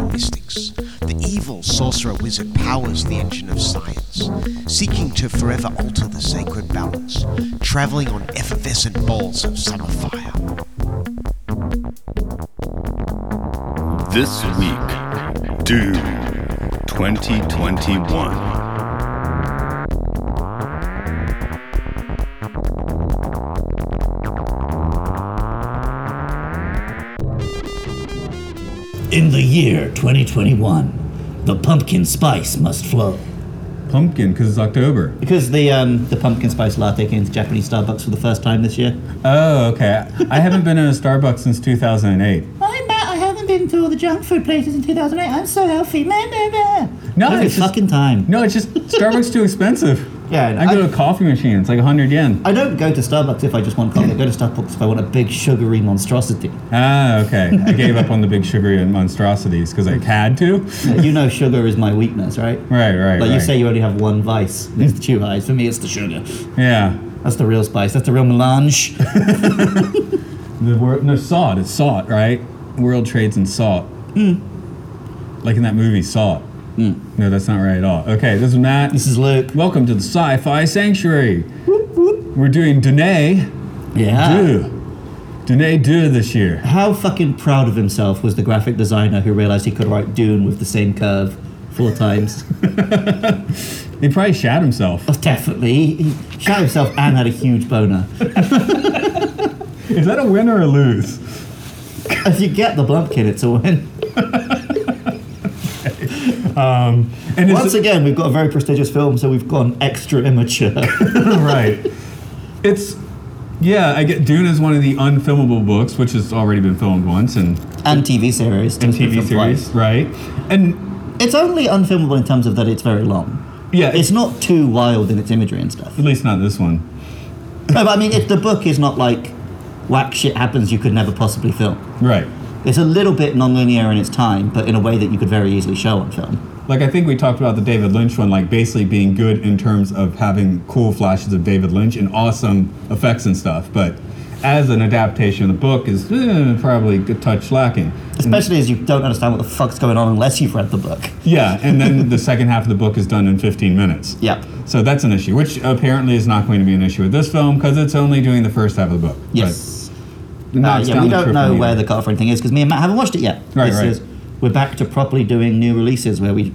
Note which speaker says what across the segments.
Speaker 1: of mystics, the evil sorcerer wizard powers the engine of science, seeking to forever alter the sacred balance, traveling on effervescent balls of summer fire.
Speaker 2: This week, Doom 2021.
Speaker 3: In the year 2021, the pumpkin spice must flow.
Speaker 4: Pumpkin, because it's October.
Speaker 5: Because the um, the pumpkin spice latte came to Japanese Starbucks for the first time this year.
Speaker 4: Oh, okay. I haven't been in a Starbucks since 2008.
Speaker 3: I bet I haven't been to all the junk food places in 2008. I'm so healthy, man.
Speaker 4: No,
Speaker 5: Every
Speaker 4: it's just-
Speaker 5: fucking time.
Speaker 4: No, it's just Starbucks too expensive.
Speaker 5: Yeah,
Speaker 4: I go to a coffee machine. It's like 100 yen.
Speaker 5: I don't go to Starbucks if I just want coffee. I go to Starbucks if I want a big sugary monstrosity.
Speaker 4: Ah, okay. I gave up on the big sugary and monstrosities because I had to.
Speaker 5: Like, Uh, you know, sugar is my weakness, right?
Speaker 4: Right, right,
Speaker 5: Like
Speaker 4: right.
Speaker 5: you say, you only have one vice. and It's the two highs. For me, it's the sugar.
Speaker 4: yeah.
Speaker 5: That's the real spice. That's the real melange.
Speaker 4: The word no salt. It's salt, right? World trades in salt.
Speaker 5: Hmm.
Speaker 4: Like in that movie, Salt. No, that's not right at all. Okay, this is Matt.
Speaker 5: this is Luke.
Speaker 4: Welcome to the Sci-Fi Sanctuary. We're doing Dene
Speaker 5: Yeah.
Speaker 4: Do. Dene Do this year.
Speaker 5: How fucking proud of himself was the graphic designer who realized he could write Dune with the same curve four times?
Speaker 4: He probably shat himself.
Speaker 5: Oh, definitely. He shot himself and had a huge boner.
Speaker 4: Is that a win or a lose?
Speaker 5: If you get the Blumpkin, it's a win.
Speaker 4: And
Speaker 5: Once
Speaker 4: is it,
Speaker 5: again, we've got a very prestigious film, so we've gone extra immature.
Speaker 4: right. It's yeah. I get Dune is one of the unfilmable books, which has already been filmed once and
Speaker 5: and TV series.
Speaker 4: and
Speaker 5: just
Speaker 4: TV
Speaker 5: with the
Speaker 4: series,
Speaker 5: price.
Speaker 4: right? And
Speaker 5: It's only unfilmable in terms of that it's very long.
Speaker 4: yeah,
Speaker 5: It's not too wild in its imagery and stuff.
Speaker 4: at least not this one,
Speaker 5: No, but I mean, if the book is not like whack shit happens you could never possibly film.
Speaker 4: right?
Speaker 5: It's a little bit non-linear in its time, but in a way that you could very easily show on film.
Speaker 4: Like I think we talked about the David Lynch one, like basically being good in terms of having cool flashes of David Lynch and awesome effects and stuff, but as an adaptation of the book is eh, probably a touch lacking.
Speaker 5: Especially as you don't understand what the fuck's going on unless you've read the book.
Speaker 4: Yeah, and then the second half of the book is done in 15 minutes.
Speaker 5: Yep.
Speaker 4: So that's an issue, which apparently is not going to be an issue with this film because it's only doing the first half of the book.
Speaker 5: Yes.
Speaker 4: But
Speaker 5: Uh,
Speaker 4: knocks
Speaker 5: yeah,
Speaker 4: down
Speaker 5: we
Speaker 4: the
Speaker 5: don't
Speaker 4: proof
Speaker 5: know
Speaker 4: in the
Speaker 5: where
Speaker 4: end.
Speaker 5: the cutoff or anything is because me and Matt haven't watched it yet.
Speaker 4: Right,
Speaker 5: this
Speaker 4: right.
Speaker 5: is we're back to properly doing new releases where we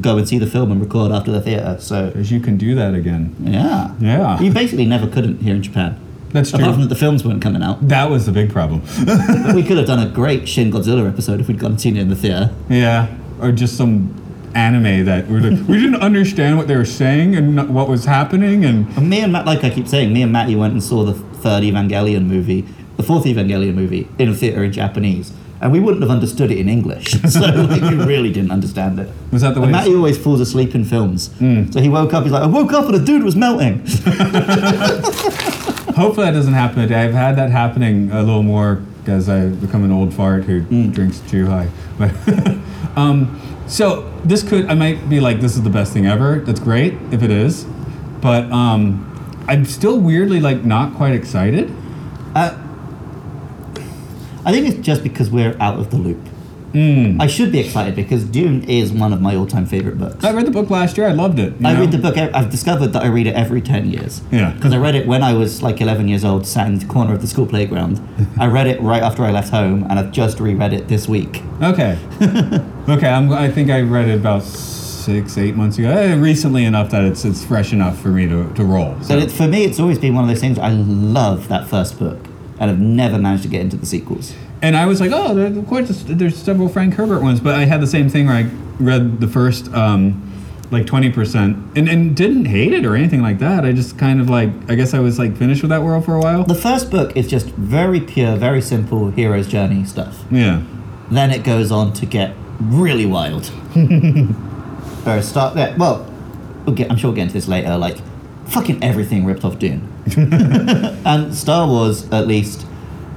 Speaker 5: go and see the film and record after the theater. So
Speaker 4: Because you can do that again.
Speaker 5: yeah,
Speaker 4: Yeah.
Speaker 5: you basically never couldn't here in Japan.
Speaker 4: That's
Speaker 5: Apart from
Speaker 4: true.
Speaker 5: that, the films weren't coming out.
Speaker 4: That was the big problem.
Speaker 5: But we could have done a great Shin Godzilla episode if we'd gone and seen it in the theater.
Speaker 4: yeah, or just some anime that we're like, we didn't understand what they were saying and not- what was happening and
Speaker 5: And me and Matt, like I keep saying, me and Matty went and saw the third Evangelion movie, the fourth Evangelion movie in a theater in Japanese. And we wouldn't have understood it in English, so like, we really didn't understand it.
Speaker 4: was that the way? Hmm.
Speaker 5: And Matty always falls asleep in films. So he woke up, he's like, I woke up and a dude was melting.
Speaker 4: Hopefully that doesn't happen today. I've had that happening a little more as I become an old fart who
Speaker 5: Mm.
Speaker 4: drinks too high. But um, so this could I might be like this is the best thing ever. That's great if it is, but um, I'm still weirdly like not quite excited.
Speaker 5: Uh, I think it's just because we're out of the loop.
Speaker 4: Hmm.
Speaker 5: I should be excited because Dune is one of my all time favourite books.
Speaker 4: I read the book last year. I loved it. you
Speaker 5: I
Speaker 4: know?
Speaker 5: read the book, I- I've discovered that I read it every 10 years.
Speaker 4: Yeah.
Speaker 5: Because I read it when I was like 11 years old, sat in the corner of the school playground. I read it right after I left home, and I've just reread it this week.
Speaker 4: Okay. okay. I'm, I think I read it about six, eight months ago. Eh, Recently enough that it's it's fresh enough for me to, to roll.
Speaker 5: So
Speaker 4: So
Speaker 5: it, for me, it's always been one of those things I love that first book, and I've never managed to get into the sequels.
Speaker 4: And I was like, oh, there, of course, there's- there's several Frank Herbert ones, but I had the same thing where I read the first, um, like 20%, and, and didn't hate it or anything like that. I just kind of like, I guess I was like finished with that world for a while.
Speaker 5: The first book is just very pure, very simple hero's journey stuff.
Speaker 4: Yeah.
Speaker 5: Then it goes on to get really wild. Or start there. Well, we'll get, I'm sure we'll get into this later. Like, fucking everything ripped off Dune. and Star Wars, at least,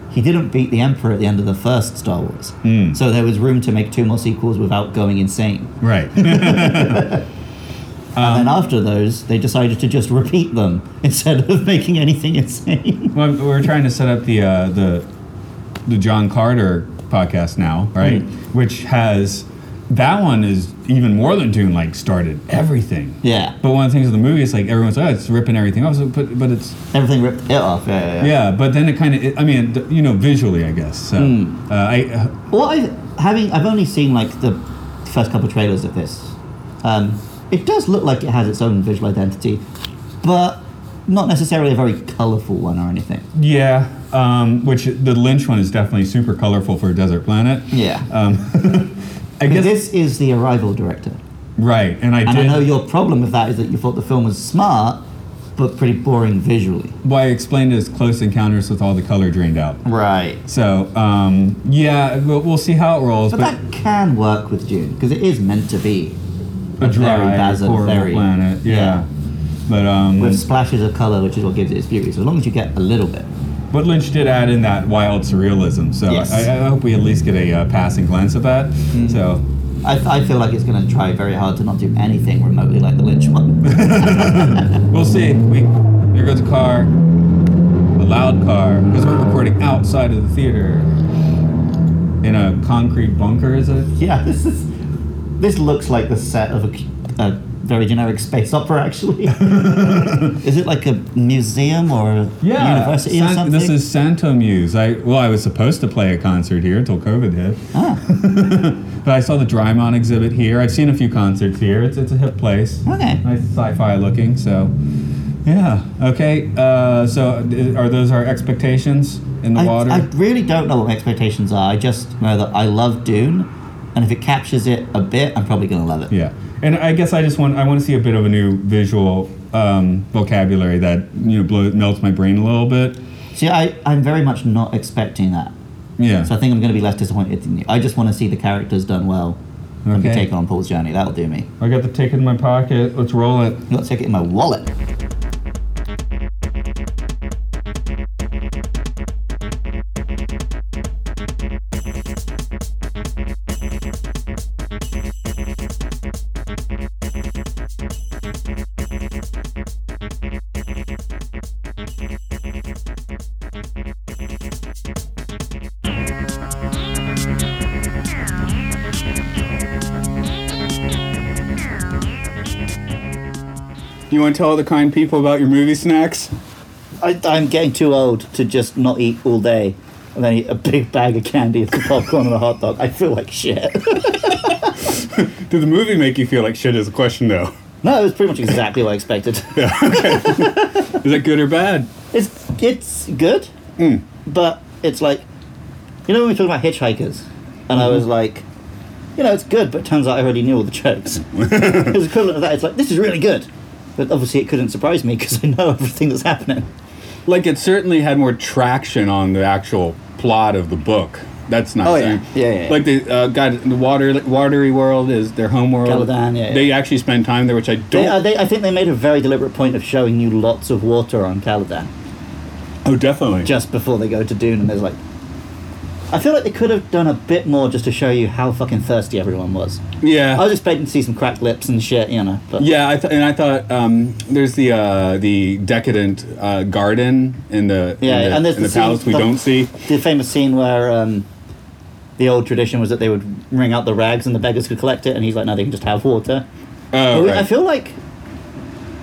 Speaker 5: he didn't beat the Emperor at the end of the first Star Wars. So there was room to make two more sequels without going insane.
Speaker 4: Right.
Speaker 5: and then after those, they decided to just repeat them instead of making anything insane.
Speaker 4: well, we're trying to set up the uh, the the John Carter podcast now, right? Which has that one is even more than Dune. Like started everything.
Speaker 5: yeah.
Speaker 4: But one of the things with the movie is like everyone's oh it's ripping everything off, so- but but it's
Speaker 5: Everything ripped it off. Yeah, yeah, yeah.
Speaker 4: yeah. But then it kind of I mean th- you know visually I guess. So
Speaker 5: Hmm.
Speaker 4: uh, I
Speaker 5: Well, I've having I've only seen like the first couple trailers of this. Um, it does look like it has its own visual identity, but not necessarily a very colourful one or anything.
Speaker 4: Yeah, um, which the Lynch one is definitely super colorful for a desert planet.
Speaker 5: Yeah.
Speaker 4: Um, I guess
Speaker 5: this is the Arrival director,
Speaker 4: right, and I
Speaker 5: and I
Speaker 4: did.
Speaker 5: know your problem with that is that you thought the film was smart, but pretty boring visually.
Speaker 4: Well, I explained as close encounters with all the color drained out.
Speaker 5: Right.
Speaker 4: So um, yeah, we'll, we'll see how it rolls.
Speaker 5: But, that can work with Dune because it is meant to be
Speaker 4: a dry,
Speaker 5: very Basil
Speaker 4: horrible
Speaker 5: Ferry.
Speaker 4: planet. Yeah.
Speaker 5: Yeah.
Speaker 4: But um,
Speaker 5: with splashes of color, which is what gives it its beauty. So as long as you get a little bit.
Speaker 4: but Lynch did add in that wild surrealism. So
Speaker 5: Yes. Hmm.
Speaker 4: I, I hope we at least get a uh, passing glance of that. So
Speaker 5: I, I feel like it's going to try very hard to not do anything remotely like the Lynch one.
Speaker 4: We'll see. We here goes a car, a loud car, because we're recording outside of the theater in a concrete bunker. Is it?
Speaker 5: yeah, this is. This looks like the set of a, a very generic space opera, actually. is it like a museum or a university or
Speaker 4: San-
Speaker 5: something?
Speaker 4: This is Santo Muse. I well, I was supposed to play a concert here until COVID hit,
Speaker 5: Ah,
Speaker 4: but I saw the Drymon exhibit here. I've seen a few concerts here. It's it's a hip place.
Speaker 5: okay.
Speaker 4: Nice sci-fi looking. So, yeah. Okay. Uh, so uh, are those our expectations in the
Speaker 5: I,
Speaker 4: water?
Speaker 5: I really don't know what my expectations are. I just know that I love Dune, and if it captures it a bit, I'm probably going to love it.
Speaker 4: Yeah, and I guess I just want I want to see a bit of a new visual um, vocabulary that you know blow, melts my brain a little bit.
Speaker 5: See, I, I'm very much not expecting that.
Speaker 4: Yeah.
Speaker 5: So I think I'm going to be less disappointed than you. I just want to see the characters done well and be
Speaker 4: Okay.
Speaker 5: taken on Paul's journey. That'll do me.
Speaker 4: I got the ticket in my pocket. Let's roll it.
Speaker 5: I've got to take it in my wallet.
Speaker 4: You want to tell the kind people about your movie snacks?
Speaker 5: I, I'm getting too old to just not eat all day and then eat a big bag of candy, the popcorn, and a hot dog. I feel like shit.
Speaker 4: Did the movie make you feel like shit? Is a question though.
Speaker 5: No, it was pretty much exactly what I expected.
Speaker 4: Is that good or bad?
Speaker 5: It's it's good, but it's like, you know, when we talked about hitchhikers, and I was like, you know, it's good, but it turns out I already knew all the jokes. it was equivalent to that. It's like this is really good, but obviously it couldn't surprise me because I know everything that's happening.
Speaker 6: like it certainly had more traction on the actual plot of the book. That's not
Speaker 5: Oh, yeah.
Speaker 6: saying.
Speaker 5: Yeah, yeah, yeah.
Speaker 6: Like the uh, God, the water, watery world is their home world.
Speaker 5: Caladan, yeah, yeah.
Speaker 6: They actually spend time there, which I don't.
Speaker 5: They, uh, they, I think they made a very deliberate point of showing you lots of water on Caladan
Speaker 6: oh, definitely.
Speaker 5: just before they go to Dune, and there's like. I feel like they could have done a bit more just to show you how fucking thirsty everyone was.
Speaker 6: yeah.
Speaker 5: I was expecting to see some cracked lips and shit, you know. But
Speaker 6: yeah, I th- and I thought um, there's the uh, the decadent uh, garden in the
Speaker 5: Yeah,
Speaker 6: in the,
Speaker 5: and there's
Speaker 6: in
Speaker 5: the
Speaker 6: the,
Speaker 5: scene-
Speaker 6: palace we
Speaker 5: the-
Speaker 6: don't see.
Speaker 5: the famous scene where um, the old tradition was that they would wring out the rags and the beggars could collect it, and he's like, no, they can just have water.
Speaker 6: Oh,
Speaker 5: But we-
Speaker 6: right.
Speaker 5: I feel like,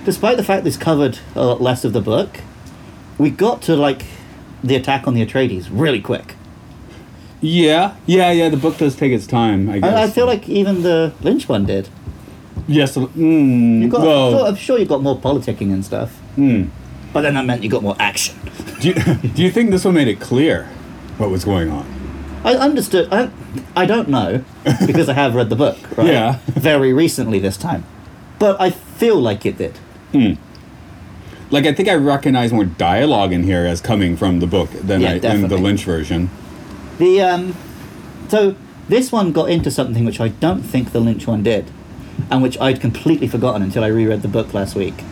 Speaker 5: despite the fact this covered a lot less of the book, we got to like the attack on the Atreides really quick.
Speaker 6: yeah, yeah, yeah. The book does take its time. I guess.
Speaker 5: And I feel like even the Lynch one did.
Speaker 6: yes. Mm,
Speaker 5: You got,
Speaker 6: well, Hmm.
Speaker 5: I'm sure you got more politicking and stuff. But then that meant you got more action.
Speaker 6: do, you, do you think this one made it clear what was going on?
Speaker 5: I understood. I, I don't know because I have read the book. Right?
Speaker 6: Yeah.
Speaker 5: Very recently this time, but I feel like it did.
Speaker 6: like I think I recognize more dialogue in here as coming from the book than
Speaker 5: Yeah,
Speaker 6: I, in the
Speaker 5: definitely.
Speaker 6: Lynch version.
Speaker 5: The um, so This one got into something which I don't think the Lynch one did, and which I'd completely forgotten until I reread the book last week.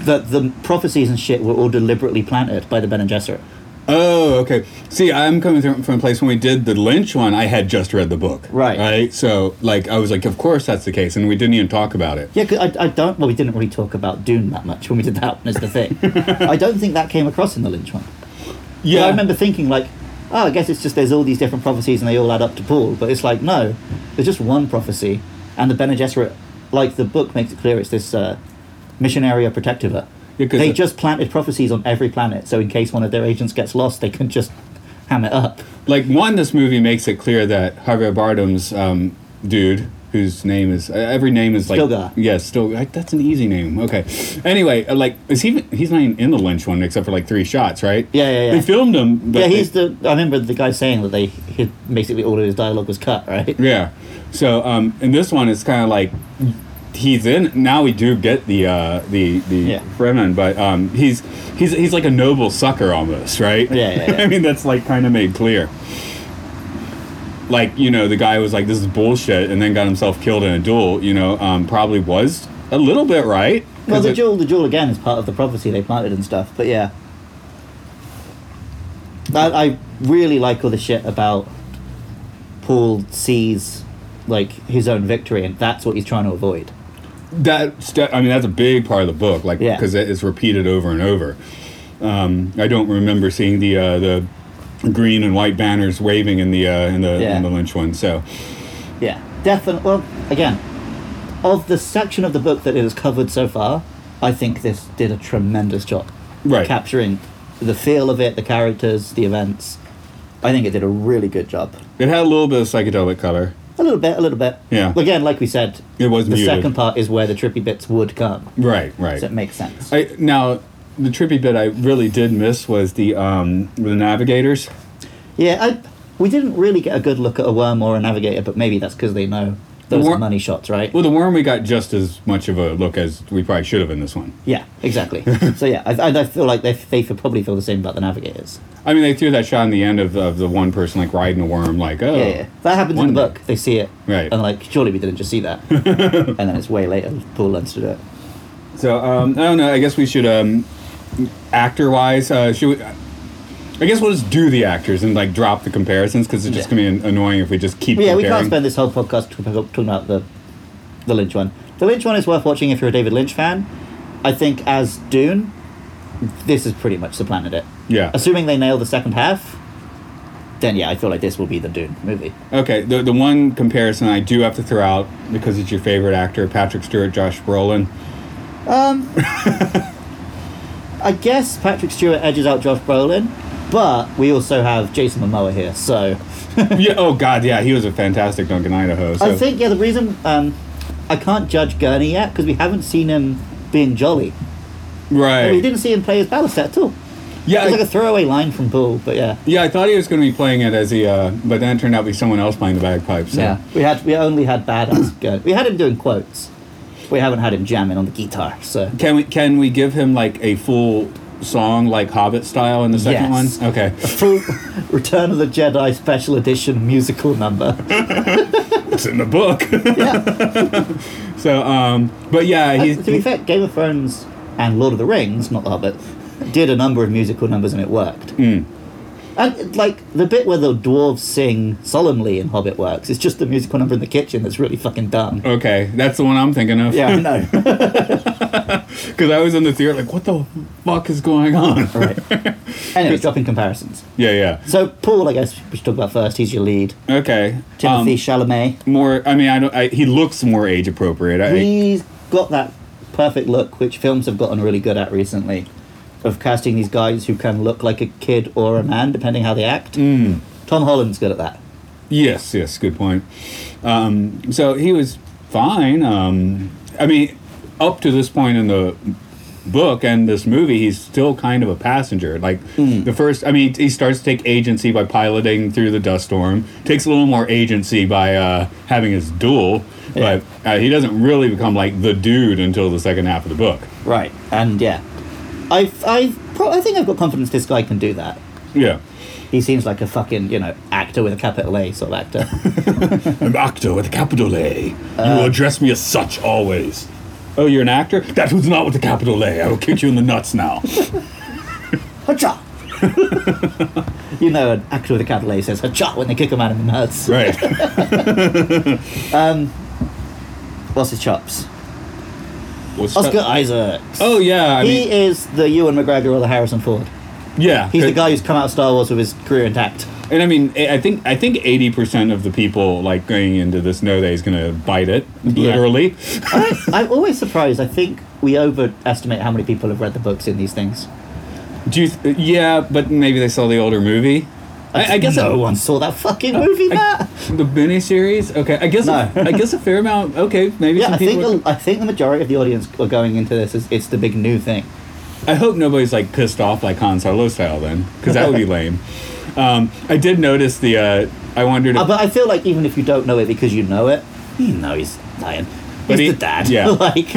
Speaker 5: That the prophecies and shit were all deliberately planted by the Bene Gesserit.
Speaker 4: Oh, okay. See, I'm coming from from a place when we did the Lynch one, I had just read the book.
Speaker 5: Right.
Speaker 4: Right? So, like, I was like, of course that's the case. And we didn't even talk about it.
Speaker 5: Yeah, 'cause I, I don't. Well, we didn't really talk about Dune that much when we did that one. Is the thing. I don't think that came across in the Lynch one. But I remember thinking like, oh, I guess it's just there's all these different prophecies and they all add up to Paul. But it's like no, there's just one prophecy, and the Bene Gesserit, like the book makes it clear, it's this uh, missionaria protectiva.
Speaker 4: Yeah, 'cause
Speaker 5: they
Speaker 4: the-
Speaker 5: just planted prophecies on every planet, so in case one of their agents gets lost, they can just ham it up.
Speaker 4: Like, one, this movie makes it clear that Javier Bardem's um, dude, whose name is, uh, every name is like.
Speaker 5: Stilgar.
Speaker 4: Yeah, still. Like, that's an easy name. Okay. Anyway, uh, like, is he, even- he's not even in the Lynch one except for like three shots, right?
Speaker 5: Yeah, yeah, yeah.
Speaker 4: They filmed him. But
Speaker 5: yeah, he's
Speaker 4: they-
Speaker 5: the. I remember the guy saying that they he, basically all of his dialogue was cut, right?
Speaker 4: Yeah. So, um, in this one, it's kind of like he's in. Now we do get the uh, the the
Speaker 5: Yeah.
Speaker 4: Fremen, but um, he's he's he's like a noble sucker almost, right?
Speaker 5: Yeah, yeah, yeah.
Speaker 4: I mean, that's like kind of made clear. Like you know, the guy was like, "This is bullshit," and then got himself killed in a duel. You know, um, probably was a little bit right. 'cause
Speaker 5: Well, the
Speaker 4: it-
Speaker 5: jewel, the jewel again is part of the prophecy they planted and stuff. But yeah, I, I really like all the shit about Paul sees like his own victory, and that's what he's trying to avoid.
Speaker 4: that's de- I mean that's a big part of the book, like
Speaker 5: Yeah.
Speaker 4: because it's repeated over and over. Um, I don't remember seeing the uh, the green and white banners waving in the uh, in the
Speaker 5: Yeah.
Speaker 4: in the Lynch one. So
Speaker 5: Yeah, definitely. Well, again, of the section of the book that it has covered so far, I think this did a tremendous job
Speaker 4: Right.
Speaker 5: capturing the feel of it, the characters, the events. I think it did a really good job.
Speaker 4: it had a little bit of psychedelic color.
Speaker 5: A little bit, a little bit.
Speaker 4: Yeah.
Speaker 5: Again, like we said,
Speaker 4: It was
Speaker 5: the
Speaker 4: muted.
Speaker 5: second part is where the trippy bits would come.
Speaker 4: Right, right.
Speaker 5: So it makes sense.
Speaker 4: I, now the trippy bit I really did miss was the um, the navigators.
Speaker 5: yeah, I, we didn't really get a good look at a worm or a navigator, but maybe that's because they know those
Speaker 4: wor-
Speaker 5: are money shots, right?
Speaker 4: Well, the worm we got just as much of a look as we probably should have in this one.
Speaker 5: yeah, exactly. so yeah, I, I, I feel like they, they feel- probably feel the same about the navigators.
Speaker 4: I mean, they threw that shot in the end of, of the one person like riding a worm, like oh,
Speaker 5: yeah, yeah. That happens in the
Speaker 4: wonder.
Speaker 5: book. They see it.
Speaker 4: Right.
Speaker 5: And like, surely we didn't just see that. and then it's way later. Paul learns to do it.
Speaker 4: So um, I don't know. I guess we should um, actor wise. Uh, should we, I guess we'll just do the actors and like drop the comparisons because it's just
Speaker 5: Yeah.
Speaker 4: gonna be annoying if we just keep.
Speaker 5: But yeah, we
Speaker 4: comparing.
Speaker 5: can't spend this whole podcast t- talking about the the Lynch one. The Lynch one is worth watching if you're a David Lynch fan. I think as Dune, this has pretty much supplanted it.
Speaker 4: Yeah.
Speaker 5: Assuming they nail the second half, then yeah, I feel like this will be the Dune movie.
Speaker 4: Okay. The the one comparison I do have to throw out because it's your favorite actor, Patrick Stewart, Josh Brolin.
Speaker 5: I guess Patrick Stewart edges out Josh Brolin, but we also have Jason Momoa here, so
Speaker 4: yeah. Oh God. Yeah. He was a fantastic Duncan Idaho. So.
Speaker 5: I think yeah. The reason um, I can't judge Gurney yet because we haven't seen him being jolly.
Speaker 4: Right.
Speaker 5: We didn't see him play his Ballast at all.
Speaker 4: yeah.
Speaker 5: It's like
Speaker 4: I-
Speaker 5: a throwaway line from Paul, but yeah.
Speaker 4: yeah. I thought he was going to be playing it as he, uh, but then it turned out to be someone else playing the bagpipes. So.
Speaker 5: Yeah, we had we only had badass go. We had him doing quotes. We haven't had him jamming on the guitar. So
Speaker 4: Can we can we give him like a full song like Hobbit style in the second
Speaker 5: Yes.
Speaker 4: one? Okay.
Speaker 5: full Return of the Jedi special edition musical number.
Speaker 4: it's in the book.
Speaker 5: Yeah.
Speaker 4: so, um, but yeah, he's
Speaker 5: to be fair, Game of Thrones and Lord of the Rings, not the Hobbit, did a number of musical numbers and it worked. And like the bit where the dwarves sing solemnly in Hobbit works, it's just the musical number in the kitchen that's really fucking dumb.
Speaker 4: okay. That's the one I'm thinking of.
Speaker 5: Yeah, I know.
Speaker 4: because I was in the theater like, what the fuck is going on?
Speaker 5: right. Anyway, dropping comparisons.
Speaker 4: yeah, yeah.
Speaker 5: So Paul, I guess we should talk about first. He's your lead.
Speaker 4: Okay.
Speaker 5: Timothy
Speaker 4: Um,
Speaker 5: Chalamet.
Speaker 4: more. I mean, I don't. I, he looks more age appropriate. I,
Speaker 5: He's got that perfect look, which films have gotten really good at recently, of casting these guys who can look like a kid or a man, depending how they act.
Speaker 4: Mm.
Speaker 5: Tom Holland's good at that.
Speaker 4: yes, yes. Good point. Um, so he was fine. Um, I mean, up to this point in the book and this movie, he's still kind of a passenger. Like the first, I mean, he starts to take agency by piloting through the dust storm. Takes a little more agency by uh, having his duel,
Speaker 5: Yeah.
Speaker 4: but uh, he doesn't really become like the dude until the second half of the book.
Speaker 5: Right. And yeah, I've, I've pro- I think I've got confidence this guy can do that.
Speaker 4: Yeah.
Speaker 5: He seems like a fucking, you know, actor with a capital A sort of actor.
Speaker 4: I'm actor with a capital A. you will address me as such always. Uh. Oh, you're an actor? That was not with a capital A. I will kick you in the nuts now.
Speaker 5: Hacha! you know, an actor with a capital A says hacha when they kick him out in the nuts.
Speaker 4: right.
Speaker 5: What's his chops?
Speaker 4: What's that-
Speaker 5: Oscar Isaacs.
Speaker 4: Oh yeah, I
Speaker 5: he
Speaker 4: mean,
Speaker 5: is the Ewan McGregor or the Harrison Ford.
Speaker 4: yeah.
Speaker 5: He's the
Speaker 4: 'cause-
Speaker 5: guy who's come out of Star Wars with his career intact.
Speaker 4: And I mean, I I think I think eighty percent of the people like going into this know that he's going to bite it literally.
Speaker 5: I, I'm always surprised. I think we overestimate how many people have read the books in these things.
Speaker 4: Do you? Th- yeah, but maybe they saw the older movie. I, I guess Oh,
Speaker 5: no
Speaker 4: it-
Speaker 5: one saw that fucking movie, Matt.
Speaker 4: The miniseries. Okay, I guess.
Speaker 5: No.
Speaker 4: I guess a fair amount. Okay, maybe.
Speaker 5: Yeah,
Speaker 4: some
Speaker 5: I think
Speaker 4: people
Speaker 5: the, I think the majority of the audience are going into this is it's the big new thing.
Speaker 4: I hope nobody's like pissed off like Han Solo style then, because that would be lame. Um, I did notice the. Uh, I wondered. If,
Speaker 5: Uh, but I feel like even if you don't know it because you know it, you know he's dying. He's
Speaker 4: But he-
Speaker 5: the dad.
Speaker 4: yeah.
Speaker 5: like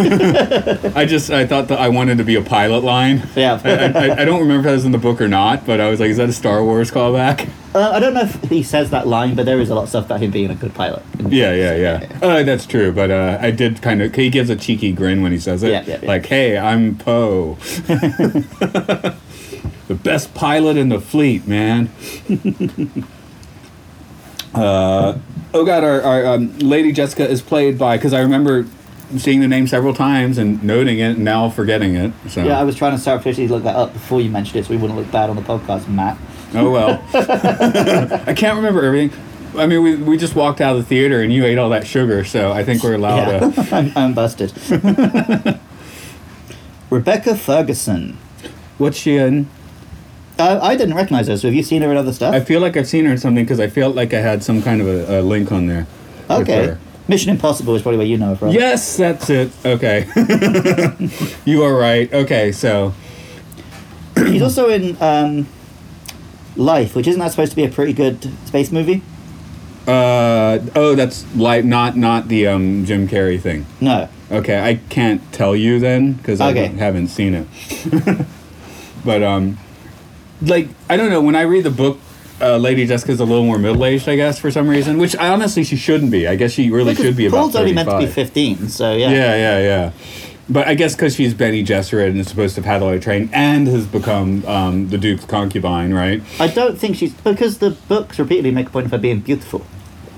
Speaker 4: I just I thought that I wanted to be a pilot line.
Speaker 5: yeah.
Speaker 4: I, I, I don't remember if that was in the book or not, but I was like, is that a Star Wars callback?
Speaker 5: Uh, I don't know if he says that line, but there is a lot of stuff about him being a good pilot.
Speaker 4: Yeah, yeah, yeah. Uh, that's true, but uh, I did kind of. He gives a cheeky grin when he says it.
Speaker 5: Yeah, yeah, yeah.
Speaker 4: Like, hey, I'm Poe. the best pilot in the fleet, man. uh, oh, God, our, our um, Lady Jessica is played by, because I remember seeing the name several times and noting it and now forgetting it. So.
Speaker 5: Yeah, I was trying to surreptitiously look that up before you mentioned it, so we wouldn't look bad on the podcast, Matt.
Speaker 4: Oh well. I can't remember everything. I mean, we, we just walked out of the theater and you ate all that sugar, so I think we're allowed to.
Speaker 5: Yeah, I'm, I'm busted. Rebecca Ferguson.
Speaker 4: What's she in?
Speaker 5: Uh, I didn't recognize her. So have you seen her in other stuff?
Speaker 4: I feel like I've seen her in something because I felt like I had some kind of a, a link on there. with
Speaker 5: okay.
Speaker 4: her.
Speaker 5: Mission Impossible is probably where you know her from.
Speaker 4: Yes, that's it. Okay. you are right. Okay, so
Speaker 5: He's also in um, Life, which isn't that supposed to be a pretty good space movie?
Speaker 4: uh, oh, that's like not not the um, Jim Carrey thing.
Speaker 5: No.
Speaker 4: Okay, I can't tell you then because I
Speaker 5: Okay.
Speaker 4: haven't seen it. but um, like I don't know. When I read the book, uh, Lady Jessica's a little more middle aged, I guess, for some reason. Which I honestly she shouldn't be. I guess she really
Speaker 5: Because
Speaker 4: should be
Speaker 5: Paul's
Speaker 4: about
Speaker 5: only
Speaker 4: 35.
Speaker 5: meant to be 15, so yeah.
Speaker 4: Yeah, yeah, yeah. But I guess because she's Benny Gesserit and is supposed to have had a train and has become um, the Duke's concubine, right?
Speaker 5: I don't think she's because the books repeatedly make a point of her being beautiful,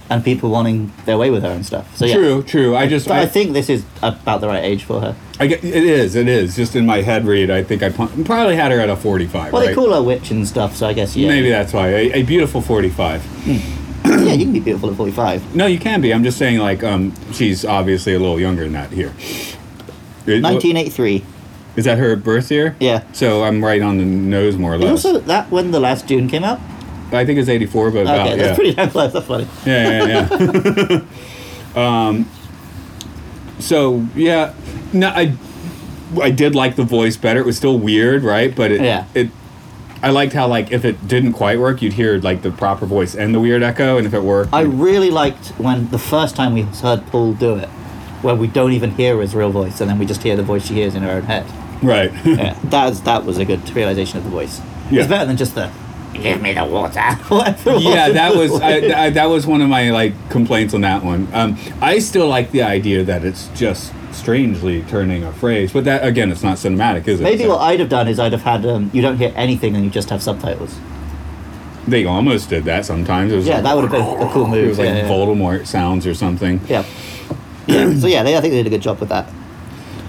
Speaker 5: and people wanting their way with her and stuff. So yeah,
Speaker 4: True, true. I just
Speaker 5: But I, think this is about the right age for her.
Speaker 4: I get- it is, it is. Just in my head read, I think I pu- probably had her at a forty-five.
Speaker 5: Well,
Speaker 4: right?
Speaker 5: they call her witch and stuff, so I guess yeah.
Speaker 4: Maybe that's why a, a beautiful forty-five.
Speaker 5: yeah, you can be beautiful at forty-five.
Speaker 4: No, you can be. I'm just saying, like, um, she's obviously a little younger than that here. It-
Speaker 5: Nineteen eighty-three.
Speaker 4: Is that her birth year?
Speaker 5: Yeah.
Speaker 4: So I'm right on the nose, more or
Speaker 5: Is
Speaker 4: less.
Speaker 5: also that when the last Dune came out?
Speaker 4: I think it's 84, but
Speaker 5: Okay,
Speaker 4: about
Speaker 5: that's
Speaker 4: yeah.
Speaker 5: pretty damn close. That's funny.
Speaker 4: yeah, yeah, yeah. um, so yeah, no, I, I did like the voice better. It was still weird, right? But it,
Speaker 5: Yeah.
Speaker 4: it, I liked how like if it didn't quite work, you'd hear like the proper voice and the weird echo, and if it worked,
Speaker 5: I really liked when the first time we heard Paul do it, where we don't even hear his real voice, and then we just hear the voice she hears in her own head.
Speaker 4: right.
Speaker 5: Yeah, that's that was a good realization of the voice.
Speaker 4: Yeah.
Speaker 5: It's better than just the "Give me the water." whatever it
Speaker 4: yeah, that was I,
Speaker 5: It
Speaker 4: I, that was one of my like complaints on that one. Um, I still like the idea that it's just strangely turning a phrase, but that again, it's not cinematic, is it?
Speaker 5: Maybe
Speaker 4: So
Speaker 5: what I'd have done is I'd have had um, you don't hear anything and you just have subtitles.
Speaker 4: they almost did that sometimes. It was
Speaker 5: Yeah,
Speaker 4: like,
Speaker 5: that would have been a cool move.
Speaker 4: it was like
Speaker 5: yeah, yeah.
Speaker 4: Voldemort sounds or something.
Speaker 5: yeah. Yeah, So yeah, they, I think they did a good job with that.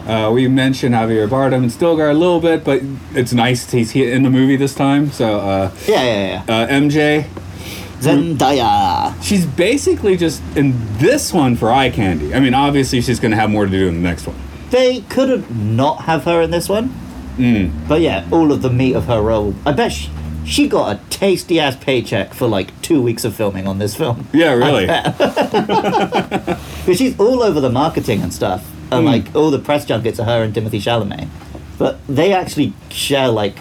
Speaker 4: Uh, we mentioned Javier Bardem and Stilgar a little bit, but it's nice he's he- in the movie this time. So uh,
Speaker 5: Yeah, yeah, yeah.
Speaker 4: uh, MJ,
Speaker 5: Zendaya.
Speaker 4: she's basically just in this one for eye candy. I mean, obviously she's going to have more to do in the next one.
Speaker 5: They could have not have her in this one.
Speaker 4: Hmm.
Speaker 5: But yeah, all of the meat of her role. I bet she, she got a tasty ass paycheck for like two weeks of filming on this film.
Speaker 4: Yeah, really.
Speaker 5: Because she's all over the marketing and stuff,
Speaker 4: Hmm.
Speaker 5: and like all the press junkets are her and Timothy Chalamet. But they actually share like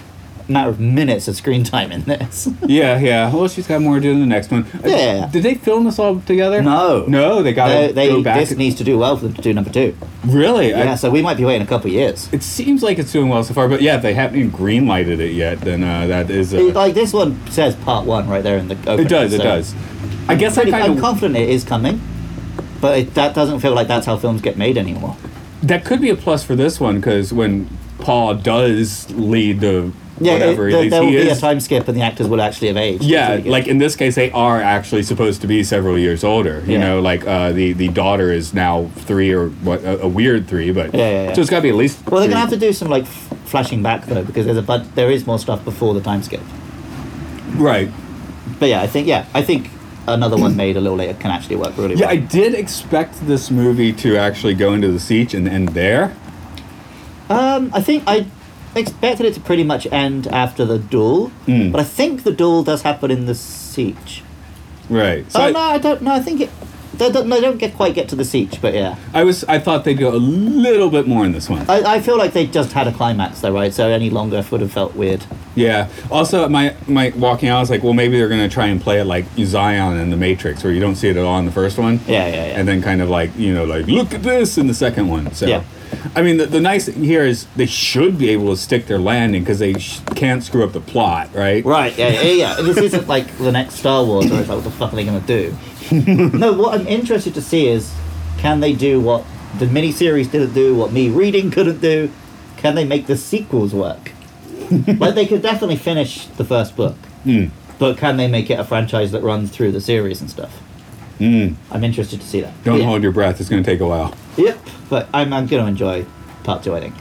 Speaker 5: matter of minutes of screen time in this.
Speaker 4: Yeah, yeah. Well, she's got more to do in the next one. Uh,
Speaker 5: Yeah.
Speaker 4: Did they film this all together?
Speaker 5: No.
Speaker 4: No, they got
Speaker 5: they,
Speaker 4: to
Speaker 5: they,
Speaker 4: go back.
Speaker 5: this needs to do well for them to do number two.
Speaker 4: really? I-
Speaker 5: Yeah, so we might be waiting a couple of years.
Speaker 4: it seems like it's doing well so far, but yeah, if they haven't even green lighted it yet, then uh, that is.
Speaker 5: It-
Speaker 4: Uh,
Speaker 5: like this one says part one right there in the opening.
Speaker 4: it does. It
Speaker 5: so
Speaker 4: does. I guess I
Speaker 5: pretty- I'm
Speaker 4: kind of
Speaker 5: confident it is coming, but it, that doesn't feel like that's how films get made anymore.
Speaker 4: that could be a plus for this one because when Paul does lead the
Speaker 5: Yeah, it-
Speaker 4: whatever,
Speaker 5: there,
Speaker 4: at least
Speaker 5: there will
Speaker 4: he
Speaker 5: be
Speaker 4: is.
Speaker 5: a time skip and the actors will actually have aged.
Speaker 4: yeah,
Speaker 5: It's really good.
Speaker 4: like in this case, they are actually supposed to be several years older. You
Speaker 5: Yeah.
Speaker 4: know, like uh, the the daughter is now three or what a, a weird three, but
Speaker 5: Yeah, yeah, yeah.
Speaker 4: so it's got to be at least.
Speaker 5: Well, they're gonna
Speaker 4: three.
Speaker 5: have to do some like f- flashing back though, because there's a but there is more stuff before the time skip.
Speaker 4: right.
Speaker 5: But yeah, I think yeah, I think another one made a little later can actually work really
Speaker 4: Yeah,
Speaker 5: well.
Speaker 4: I did expect this movie to actually go into the siege and end there.
Speaker 5: Um, I think I expected it to pretty much end after the duel,
Speaker 4: Hmm.
Speaker 5: but I think the duel does happen in the siege.
Speaker 4: Right. So
Speaker 5: oh
Speaker 4: I-
Speaker 5: no, I don't know. I think it. They don't, they don't get quite get to the siege, but yeah,
Speaker 4: I was I thought they'd go a little bit more in this one.
Speaker 5: I, I feel like they just had a climax though, right? So any longer would have felt weird.
Speaker 4: Yeah. Also, my my walking out, I was like, well, maybe they're gonna try and play it like Zion in the Matrix, where you don't see it at all in the first one.
Speaker 5: Yeah, yeah, yeah.
Speaker 4: And then kind of like you know like look at this in the second one. So.
Speaker 5: Yeah.
Speaker 4: I mean, the, the nice thing here is they should be able to stick their landing because they sh- can't screw up the plot, right?
Speaker 5: Right, yeah, yeah, yeah. This isn't like the next Star Wars where it's like, what the fuck are they going to do? no, what I'm interested to see is can they do what the miniseries didn't do, what me reading couldn't do? Can they make the sequels work? like, they could definitely finish the first book, but can they make it a franchise that runs through the series and stuff? I'm interested to see that.
Speaker 4: Don't
Speaker 5: Yeah.
Speaker 4: hold your breath; it's gonna take a while.
Speaker 5: Yep, but I'm, I'm going to enjoy part two, I think.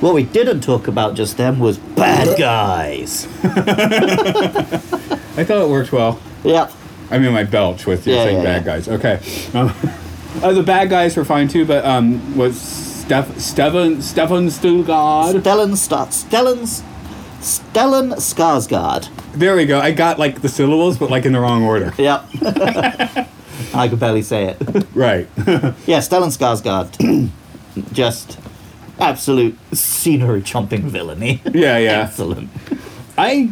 Speaker 5: What we didn't talk about just then was bad guys.
Speaker 4: I thought it worked well.
Speaker 5: yep.
Speaker 4: I mean, my belch with you
Speaker 5: Yeah,
Speaker 4: saying
Speaker 5: yeah, yeah.
Speaker 4: bad guys. Okay. Um, uh, the bad guys were fine too, but um, was Steph Stefan Stefan Stugard?
Speaker 5: Stellan Star- Stellan's Stellan Skarsgård.
Speaker 4: There we go. I got like the syllables, but like in the wrong order.
Speaker 5: Yep. I could barely say it.
Speaker 4: Right.
Speaker 5: yeah, Stellan Skarsgård. Just absolute scenery chomping villainy.
Speaker 4: yeah, yeah.
Speaker 5: Excellent.
Speaker 4: I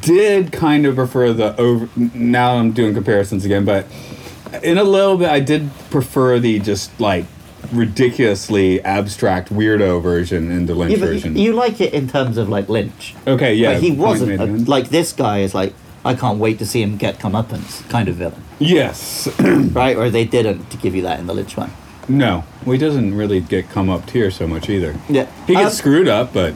Speaker 4: did kind of prefer the over. Now I'm doing comparisons again, but in a little bit, I did prefer the just like ridiculously abstract weirdo version and the Lynch
Speaker 5: You, you,
Speaker 4: version.
Speaker 5: you like it in terms of like Lynch.
Speaker 4: okay, yeah.
Speaker 5: but he
Speaker 4: point
Speaker 5: wasn't.
Speaker 4: made,
Speaker 5: a-
Speaker 4: man.
Speaker 5: like this guy is like, I can't wait to see him get comeuppance kind of villain.
Speaker 4: yes.
Speaker 5: Right? Or they didn't to give you that in the Lynch one.
Speaker 4: No, well, he doesn't really get come up here so much either.
Speaker 5: Yeah.
Speaker 4: he gets
Speaker 5: Um,
Speaker 4: screwed up, but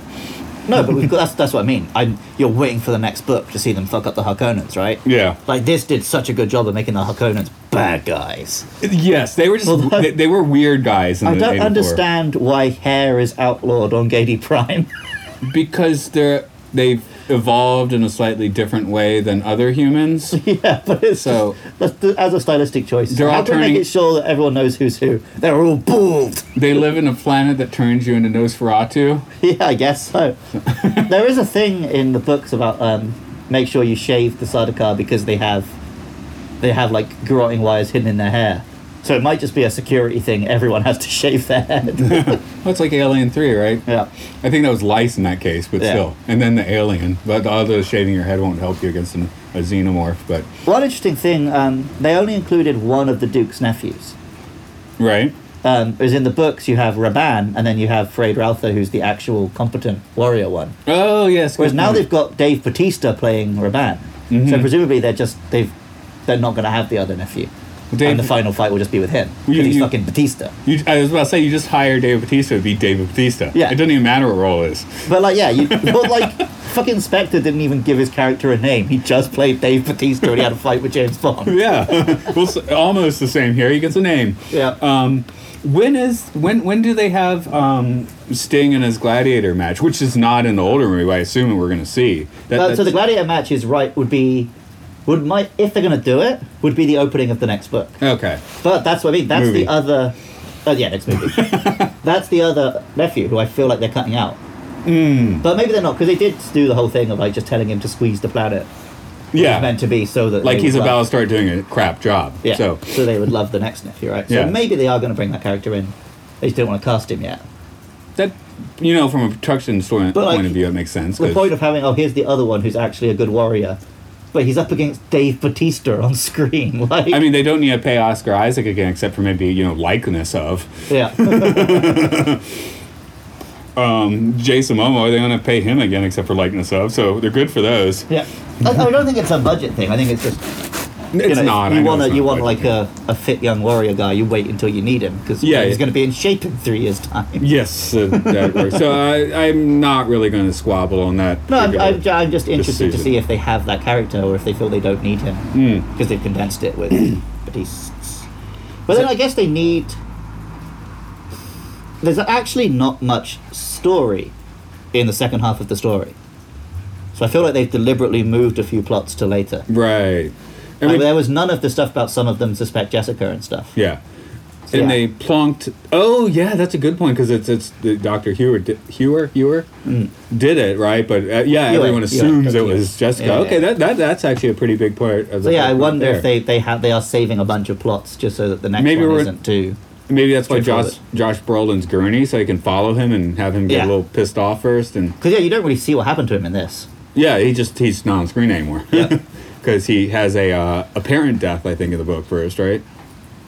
Speaker 5: No, but we've got, that's that's what I mean. I'm you're waiting for the next book to see them fuck up the Harkonnens, right?
Speaker 4: Yeah.
Speaker 5: Like this did such a good job of making the Harkonnens bad guys.
Speaker 4: yes, they were just
Speaker 5: Although-
Speaker 4: they, they were weird guys. In
Speaker 5: I
Speaker 4: the
Speaker 5: don't
Speaker 4: 84.
Speaker 5: understand why hair is outlawed on Gady Prime.
Speaker 4: because they're they've evolved in a slightly different way than other humans.
Speaker 5: yeah, but it's
Speaker 4: So-
Speaker 5: that's the- as a stylistic choice.
Speaker 4: They're
Speaker 5: How
Speaker 4: all
Speaker 5: can we
Speaker 4: turning-
Speaker 5: make it sure that everyone knows who's who? They're all bald.
Speaker 4: they live in a planet that turns you into Nosferatu.
Speaker 5: yeah, I guess so. there is a thing in the books about um, make sure you shave the Sardaukar because they have they have like garroting wires hidden in their hair. So it might just be a security thing. Everyone has to shave their head.
Speaker 4: Well, it's like Alien Three, right?
Speaker 5: yeah.
Speaker 4: I think that was lice in that case, but
Speaker 5: Yeah.
Speaker 4: still. And then the alien, but the other shaving your head won't help you against an, a xenomorph. But
Speaker 5: One interesting thing, um, they only included one of the Duke's nephews.
Speaker 4: right,
Speaker 5: Um, whereas in the books, you have Raban, and then you have Fred Raltha, who's the actual competent warrior one.
Speaker 4: oh yes.
Speaker 5: Whereas
Speaker 4: good
Speaker 5: now
Speaker 4: point.
Speaker 5: they've got Dave
Speaker 4: Mm-hmm.
Speaker 5: Batista playing Raban, so presumably they're just they've they're not going to have the other nephew.
Speaker 4: Dave-
Speaker 5: and the final fight will just be with him.
Speaker 4: You-
Speaker 5: You, he's
Speaker 4: you-
Speaker 5: fucking Batista.
Speaker 4: You, I was about to say you just hire David Batista to be David Batista.
Speaker 5: Yeah.
Speaker 4: It doesn't even matter what role it is.
Speaker 5: But like, yeah, you, but like, fucking Spectre didn't even give his character a name. He just played Dave Batista and he had a fight with James Bond.
Speaker 4: Yeah. well, s- almost the same here. He gets a name.
Speaker 5: Yeah.
Speaker 4: Um, when is when when do they have um, Sting in his gladiator match, which is not in the older movie? But I assume we're going to see. That,
Speaker 5: Well, Uh, so the
Speaker 4: that's-
Speaker 5: gladiator match is right would be would might if they're gonna do it would be the opening of the next book.
Speaker 4: okay.
Speaker 5: But that's what I mean. That's
Speaker 4: Movie.
Speaker 5: the other. Oh yeah, next movie. that's the other nephew who I feel like they're cutting out.
Speaker 4: Hmm.
Speaker 5: Mm. But maybe they're not because they did do the whole thing of like just telling him to squeeze the planet. It was
Speaker 4: Yeah.
Speaker 5: meant to be so that
Speaker 4: Like
Speaker 5: they
Speaker 4: he's
Speaker 5: would
Speaker 4: about to
Speaker 5: love-
Speaker 4: start doing a crap job.
Speaker 5: Yeah.
Speaker 4: So
Speaker 5: they would love the next nephew, right? So
Speaker 4: Yeah.
Speaker 5: maybe they are going to bring that character in. They just don't want to cast him yet.
Speaker 4: that you know, from a production point,
Speaker 5: But, like,
Speaker 4: point of view, it makes sense.
Speaker 5: The
Speaker 4: 'cause-
Speaker 5: point of having oh here's the other one who's actually a good warrior, but he's up against Dave Batista on screen. Like
Speaker 4: I mean, they don't need to pay Oscar Isaac again, except for maybe you know likeness of.
Speaker 5: yeah.
Speaker 4: Jason Momoa, they're going to pay him again, except for likeness of. So they're good for those.
Speaker 5: Yeah, I, I don't think it's a budget thing. I think it's just you
Speaker 4: It's
Speaker 5: know,
Speaker 4: not. I
Speaker 5: You
Speaker 4: know
Speaker 5: want
Speaker 4: it's
Speaker 5: to you
Speaker 4: not
Speaker 5: want
Speaker 4: budget.
Speaker 5: like a, a fit young warrior guy. You wait until you need him because
Speaker 4: Yeah,
Speaker 5: he's
Speaker 4: yeah.
Speaker 5: going to be in shape in three years time.
Speaker 4: Yes, uh, that works. So I, I'm not really going to squabble on that.
Speaker 5: No, I'm,
Speaker 4: regard.
Speaker 5: I'm, ju- I'm just interested to
Speaker 4: season.
Speaker 5: see if they have that character or if they feel they don't need him
Speaker 4: Hmm.
Speaker 5: because they've condensed it with Batista's. But then I guess they need. There's actually not much story in the second half of the story. So I feel like they've deliberately moved a few plots to later.
Speaker 4: right. I
Speaker 5: Like,
Speaker 4: mean,
Speaker 5: there was none of the stuff about some of them suspect Jessica and stuff.
Speaker 4: yeah.
Speaker 5: So,
Speaker 4: And
Speaker 5: yeah.
Speaker 4: they plonked. Oh yeah, that's a good point because it's it's the Doctor Hewer did, Hewer Hewer did it right, but uh, yeah,
Speaker 5: Mm. Hewer, Hewer,
Speaker 4: everyone assumes it
Speaker 5: Hewer.
Speaker 4: was Jessica.
Speaker 5: Yeah,
Speaker 4: okay,
Speaker 5: yeah.
Speaker 4: That, that that's actually a pretty big part of the.
Speaker 5: So yeah, I
Speaker 4: plot
Speaker 5: wonder
Speaker 4: there.
Speaker 5: if they they have they are saving a bunch of plots just so that the next
Speaker 4: Maybe
Speaker 5: one
Speaker 4: we're-
Speaker 5: isn't too.
Speaker 4: Maybe that's why Josh
Speaker 5: Straightforward.
Speaker 4: Josh Brolin's gurney, so he can follow him and have him get
Speaker 5: Yeah.
Speaker 4: a little pissed off first, and
Speaker 5: Because yeah, you don't really see what happened to him in this.
Speaker 4: yeah, he just he's not on screen anymore because he has a uh, apparent death, I think, in the book first, right?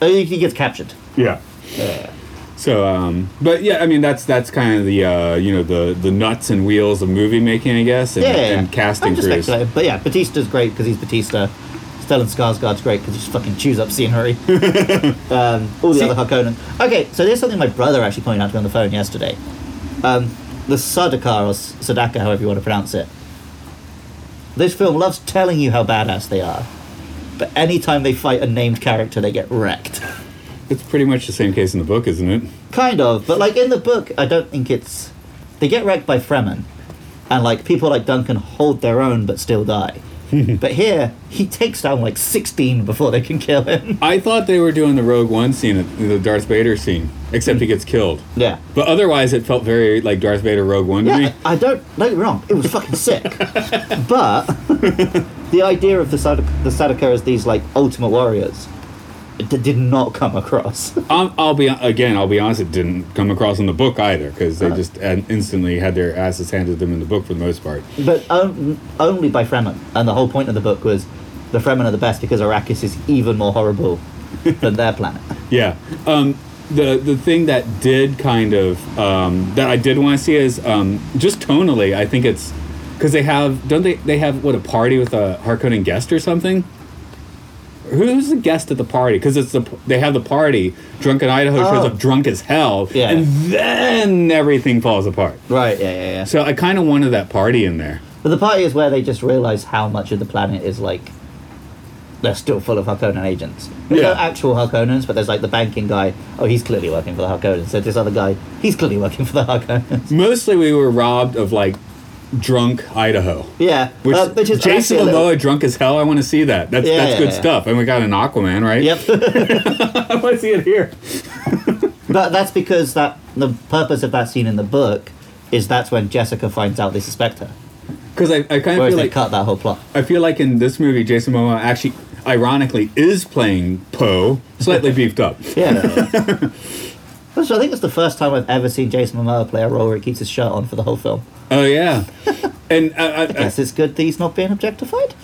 Speaker 5: Uh, He he gets captured.
Speaker 4: Yeah. So, um, but yeah, I mean that's that's kind of the uh, you know the the nuts and wheels of movie making, I guess, and,
Speaker 5: Yeah, yeah, yeah.
Speaker 4: and casting
Speaker 5: I'm just
Speaker 4: crews.
Speaker 5: speculating, but yeah, Batista's great because he's Batista. Stellan Skarsgård's great because he just fucking chews up scene hurry. um, all the other Harkonnen. Okay, so there's something my brother actually pointed out to me on the phone yesterday. Um, the Sadaka or S- Sadaka, however you want to pronounce it. This film loves telling you how badass they are, but anytime they fight a named character, they get wrecked.
Speaker 4: It's pretty much the same case in the book, isn't it?
Speaker 5: Kind of, but like in the book, I don't think it's. They get wrecked by Fremen, and like people like Duncan hold their own but still die. but here, he takes down like 16 before they can kill him.
Speaker 4: I thought they were doing the Rogue One scene, the Darth Vader scene, except he gets killed.
Speaker 5: Yeah.
Speaker 4: But otherwise, it felt very like Darth Vader Rogue One to
Speaker 5: Yeah,
Speaker 4: me.
Speaker 5: I I don't. Don't get me wrong, it was fucking sick. but the idea of the Sad- the Sadaka as these like ultimate warriors it d- did not come across.
Speaker 4: Um, I'll be again. I'll be honest. It didn't come across in the book either because
Speaker 5: Uh-huh.
Speaker 4: they just uh, instantly had their asses handed them in the book for the most part.
Speaker 5: But on- only by Fremen. And the whole point of the book was the Fremen are the best because Arrakis is even more horrible than their planet.
Speaker 4: Yeah. Um, the the thing that did kind of um, that I did want to see is um, just tonally. I think it's because they have don't they they have what a party with a Harkonnen guest or something. Who's the guest at the party? Because it's the they have the party. Drunken Idaho shows
Speaker 5: Oh.
Speaker 4: up drunk as hell,
Speaker 5: Yeah.
Speaker 4: and then everything falls apart.
Speaker 5: Right, yeah, yeah, yeah.
Speaker 4: So I kind of wanted that party in there.
Speaker 5: But the party is where they just realize how much of the planet is like they're still full of Harkonnen agents. There's
Speaker 4: Yeah.
Speaker 5: no actual Harkonnens, but there's like the banking guy. Oh, he's clearly working for the Harkonnens. There's this other guy. He's clearly working for the Harkonnens.
Speaker 4: Mostly, we were robbed of like drunk Idaho.
Speaker 5: yeah,
Speaker 4: Which,
Speaker 5: uh, which is
Speaker 4: Jason
Speaker 5: actually a little-
Speaker 4: Momoa drunk as hell. I want to see that. That's
Speaker 5: Yeah,
Speaker 4: that's
Speaker 5: yeah,
Speaker 4: good
Speaker 5: yeah.
Speaker 4: stuff. And we got an Aquaman, right?
Speaker 5: Yep,
Speaker 4: I want to see it here.
Speaker 5: but that's because that the purpose of that scene in the book is that's when Jessica finds out they suspect her.
Speaker 4: Because I, I kind of
Speaker 5: Whereas
Speaker 4: feel
Speaker 5: they
Speaker 4: like
Speaker 5: cut that whole plot.
Speaker 4: I feel like in this movie, Jason Momoa actually, ironically, is playing Poe slightly beefed up.
Speaker 5: Yeah. Which I think it's the first time I've ever seen Jason Momoa play a role where he keeps his shirt on for the whole film.
Speaker 4: Oh yeah. And uh, I, I,
Speaker 5: Guess it's good that he's not being objectified.